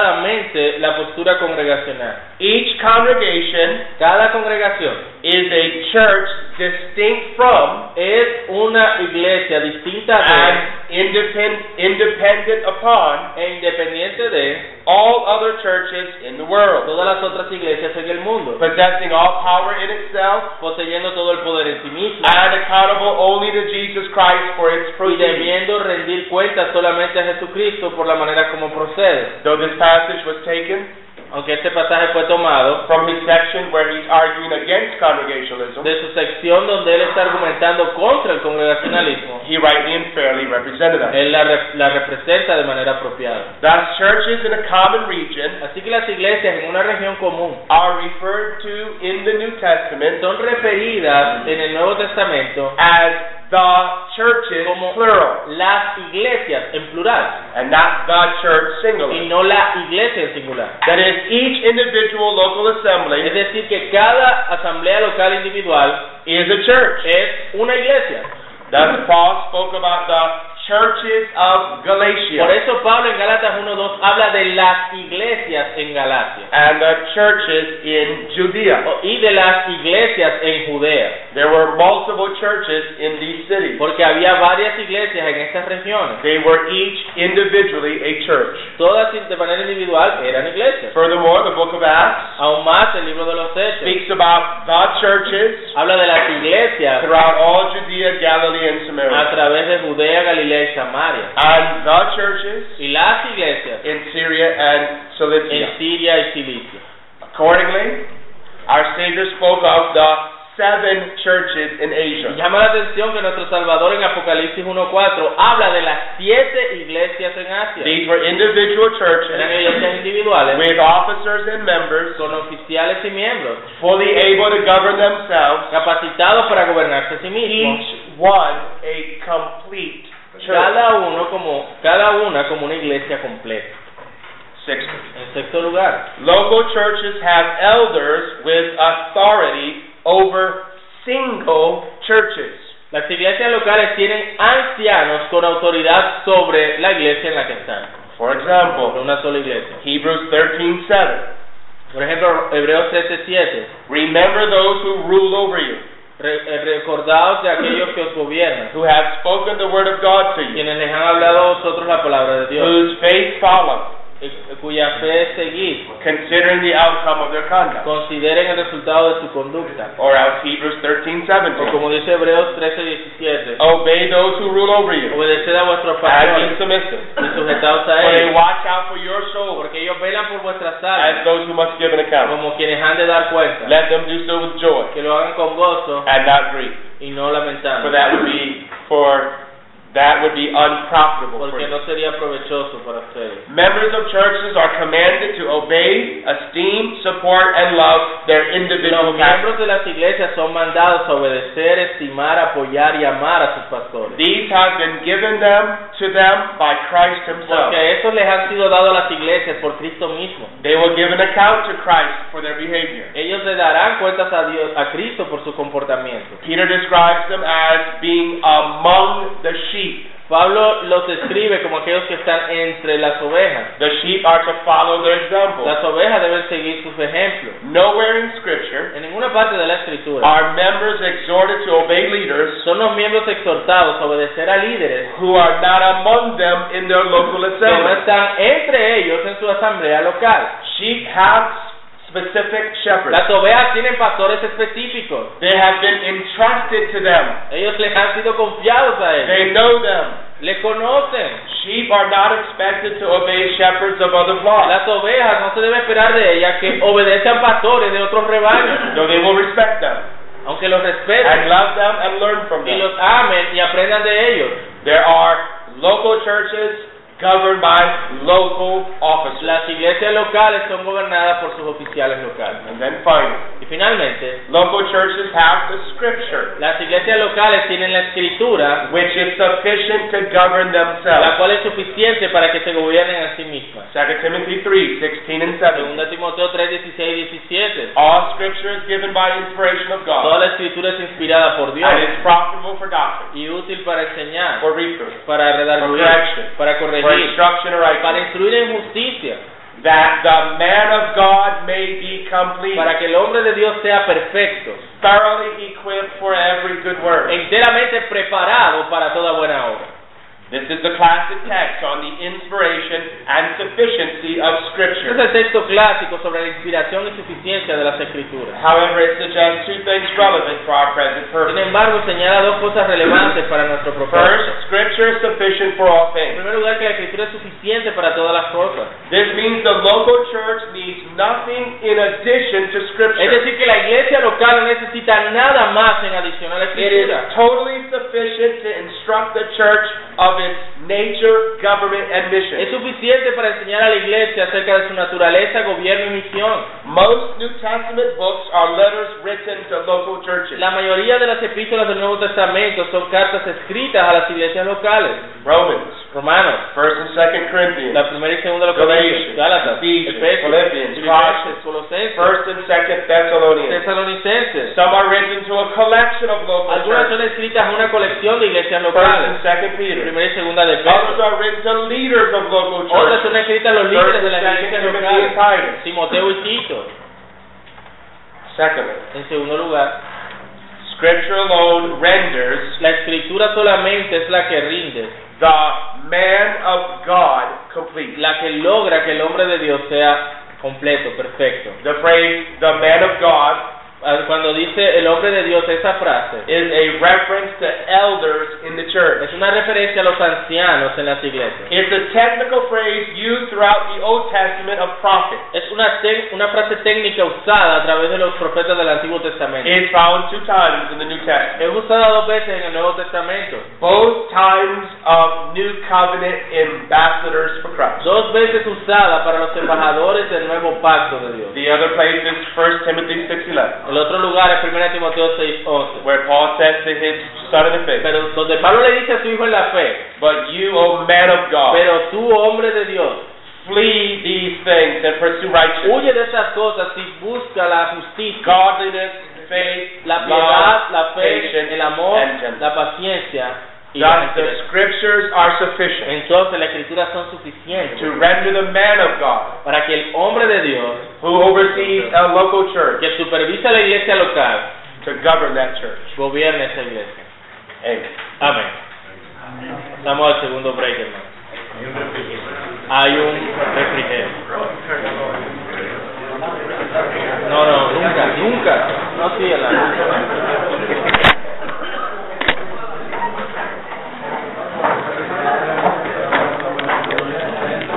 A: acertadamente la postura congregacional.
B: Each congregation
A: Cada congregación
B: is a church distinct from
A: es una iglesia distinta
B: and
A: de
B: independ- independent upon
A: e independiente de
B: all other churches in the world,
A: todas las otras iglesias en el mundo,
B: possessing all power in itself
A: poseyendo todo el poder en sí misma
B: and accountable only to Jesus Christ for its
A: y
B: proceedings.
A: debiendo rendir cuentas solamente a Jesucristo por la manera como procede.
B: Though this passage was taken
A: aunque este pasaje fue tomado
B: from his section where he's arguing against congregationalism,
A: de su sección donde él está argumentando contra el congregacionalismo,
B: he rightly and fairly represented us.
A: él la, re- la representa de manera apropiada.
B: Thus, churches in a common region
A: Así que las iglesias en una región común
B: are referred to in the New Testament
A: son referidas en el Nuevo Testamento
B: as the churches,
A: Como-
B: plural,
A: las iglesias en plural
B: and not the church,
A: y
B: singular.
A: no la iglesia en singular.
B: That is, each individual local
A: Es
B: assembly
A: decir, que cada asamblea local individual
B: is a church.
A: es una iglesia.
B: Thus, Paul spoke about the churches of
A: Por
B: Galatia
A: eso Pablo en Galatas 1.2 habla de las iglesias en Galacia
B: and the churches in Judea.
A: o- y de las iglesias en Judea.
B: There were multiple churches in these cities.
A: Porque había varias iglesias en estas regiones.
B: They were each individually a church.
A: Todas de manera individual eran iglesias.
B: Furthermore, the book of Acts
A: Aún más el libro de los Hechos
B: speaks about the churches
A: habla de las iglesias
B: throughout all Judea, Galilee, and
A: a
B: Samaria,
A: través de Judea, Galilea y Samaria.
B: and the churches
A: Y las iglesias
B: in Syria and Cilicia.
A: en Siria y Cilicia.
B: Accordingly, our Savior spoke of the seven churches in Asia.
A: Y Llama la atención que nuestro Salvador en Apocalipsis 1.4 habla de las siete iglesias en Asia.
B: These were individual
A: Eran
B: churches
A: iglesias individuales
B: with officers and members
A: con oficiales y miembros,
B: fully able to govern themselves,
A: capacitados para gobernarse a sí mismos.
B: each one a complete church.
A: Cada uno como, cada una como una iglesia completa.
B: Sixthly,
A: En sexto lugar,
B: Local churches have elders with authority over single churches.
A: las iglesias locales tienen ancianos con autoridad sobre la iglesia en la que están,
B: For
A: sobre
B: example,
A: una sola iglesia.
B: Hebrews 13:7.
A: Por ejemplo, Hebreos 13:7,
B: Remember those who rule over you,
A: re- eh, recordaos de aquellos que os gobiernan,
B: who have spoken the word of God to you,
A: quienes les han hablado a vosotros la palabra de Dios,
B: whose faith follow,
A: eh, cuya fe seguís,
B: considering the outcome of their conduct.
A: consideren el resultado de su conducta.
B: Or else Hebrews
A: O
B: 13:17.
A: como dice Hebreos 13:17,
B: Obey those who rule over you,
A: obedeced a vuestros
B: and be
A: pastores
B: submissive.
A: y sujetaos
B: For
A: a
B: they
A: ellos,
B: watch out for your soul,
A: porque ellos velan por vuestras almas.
B: as those who must give an account.
A: como quienes han de dar cuenta,
B: Let them do so with joy,
A: que lo hagan con gozo
B: and not grief.
A: y no
B: For
A: lamentando,
B: that would be for that would be unprofitable for
A: porque
B: you.
A: no sería provechoso para ustedes.
B: Members of churches are commanded to obey, esteem, support, and love their
A: Los
B: individual pastors.
A: miembros de las iglesias son mandados a obedecer, estimar, apoyar y amar a sus pastores,
B: These have been given them to them by Christ Himself.
A: porque a estos les han sido dados a las iglesias por Cristo mismo.
B: They will give an account to Christ for their behavior.
A: Ellos le darán cuentas a Dios, a Cristo por su comportamiento.
B: Peter describes them as being among the sheep.
A: Pablo los describe como aquellos que están entre las ovejas.
B: The sheep are to follow their example.
A: Las ovejas deben seguir sus ejemplos.
B: Nowhere in Scripture
A: En ninguna parte de la escritura
B: are members exhorted to obey leaders
A: son los miembros exhortados a obedecer a líderes
B: who are not among them in their local
A: que no
B: assembly.
A: están entre ellos en su asamblea local.
B: Sheep have specific shepherds.
A: Las ovejas tienen pastores específicos.
B: They have been entrusted to them.
A: Ellos les han sido confiados a ellos.
B: They know them.
A: Les conocen.
B: Sheep are not expected to obey shepherds of other flocks,
A: Las ovejas no se debe esperar de ellas que obedezcan pastores de otros rebaños,
B: though they will respect them
A: aunque los respeten
B: and love them and learn from
A: y
B: them.
A: los amen y aprendan de ellos.
B: There are local churches governed by local officers.
A: Las iglesias locales son gobernadas por sus oficiales locales.
B: And then finally,
A: Y finalmente,
B: local churches have the scripture,
A: las iglesias locales tienen la escritura,
B: which is sufficient to govern
A: la
B: themselves.
A: cual es suficiente para que se gobiernen a sí mismas.
B: 2 Timothy 3 16 and 17.
A: 2 Timoteo 3, 16 17.
B: All scripture is given by inspiration of
A: Toda
B: God
A: la escritura es inspirada por Dios
B: and is profitable for doctrine,
A: y útil para enseñar,
B: for reproof,
A: para
B: For
A: redarguir,
B: correction.
A: para
B: for
A: corregir,
B: instruction in
A: para
B: righteousness,
A: instruir en justicia,
B: that the man of God may be complete,
A: para que el hombre de Dios sea perfecto,
B: thoroughly equipped for every good work.
A: enteramente preparado para toda buena obra.
B: This is the classic text on the inspiration and sufficiency of
A: Este
B: Scripture.
A: es el texto clásico sobre la inspiración y suficiencia de las escrituras.
B: However, it suggests two things relevant for our present
A: Sin
B: purpose.
A: embargo, señala dos cosas relevantes para nuestro propósito.
B: First, Scripture is sufficient for all
A: En
B: things.
A: primer lugar, que la escritura es suficiente para todas las cosas.
B: This means the local church needs nothing in addition to
A: Es
B: Scripture.
A: decir, que la iglesia local no necesita nada más en adición a la
B: It is
A: escritura.
B: totally sufficient to instruct the church of its nature, government, and mission.
A: Es suficiente para enseñar a la iglesia acerca de su naturaleza, gobierno y misión.
B: Most New Testament books are letters written to local churches.
A: La mayoría de las epístolas del Nuevo Testamento son cartas escritas a las iglesias locales.
B: Romans,
A: Romanos,
B: 1st and 2nd Corinthians,
A: la primera y segunda de los
B: Galatians,
A: Corintios, Gálatas,
B: Ephesians,
A: Efesios,
B: Philippians,
A: Filipenses, Colosenses,
B: First and Second Thessalonians.
A: Tesalonicenses.
B: Some are written to a collection of local
A: Algunas son
B: churches.
A: escritas a una colección de iglesias
B: First and
A: locales.
B: Second Peter.
A: Primera y segunda de
B: Others
A: Pedro.
B: are written to leaders of local
A: Otras son
B: churches.
A: escritas a los
B: First
A: líderes de
B: and
A: las
B: Second
A: iglesias
B: Timothy and
A: locales.
B: Titus.
A: Timoteo y Tito.
B: Secondly,
A: En segundo lugar,
B: Scripture alone renders
A: la escritura solamente es la que rinde,
B: the man of God complete.
A: la que logra que el hombre de Dios sea completo, perfecto.
B: The phrase "the man of God"
A: Ah, Cuando dice el hombre de Dios esa frase,
B: is a reference to elders in the church.
A: es una referencia a los ancianos en las iglesias.
B: It's a technical phrase used throughout the Old Testament of prophets.
A: Es una, tec- una frase técnica usada a través de los profetas del Antiguo Testamento.
B: It's found two times in the New Testament.
A: Es usada dos veces en el Nuevo Testamento.
B: both times of New Covenant ambassadors for Christ.
A: dos veces usada para los embajadores del nuevo pacto de Dios.
B: The other place is 1 Timothy 6.11,
A: El otro lugar es 1 Timoteo 6:11,
B: where Paul says to his son in the faith,
A: pero donde Pablo le dice a su hijo en la fe,
B: But you, O man of God,
A: pero tú hombre de Dios,
B: flee these things and pursue righteousness,
A: huye de esas cosas y busca la justicia,
B: godliness, faith,
A: la
B: love.
A: piedad, la fe, el amor, la paciencia y la
B: Thus the
A: gentileza.
B: scriptures are sufficient
A: Entonces las escrituras son
B: to
A: suficientes
B: render the man of God,
A: para que el hombre de Dios,
B: who oversees a local church,
A: que supervisa la iglesia local,
B: to govern that church.
A: gobierne esa iglesia.
B: Amen.
A: Amén. Estamos al segundo break, hermano. Hay un refrigerio.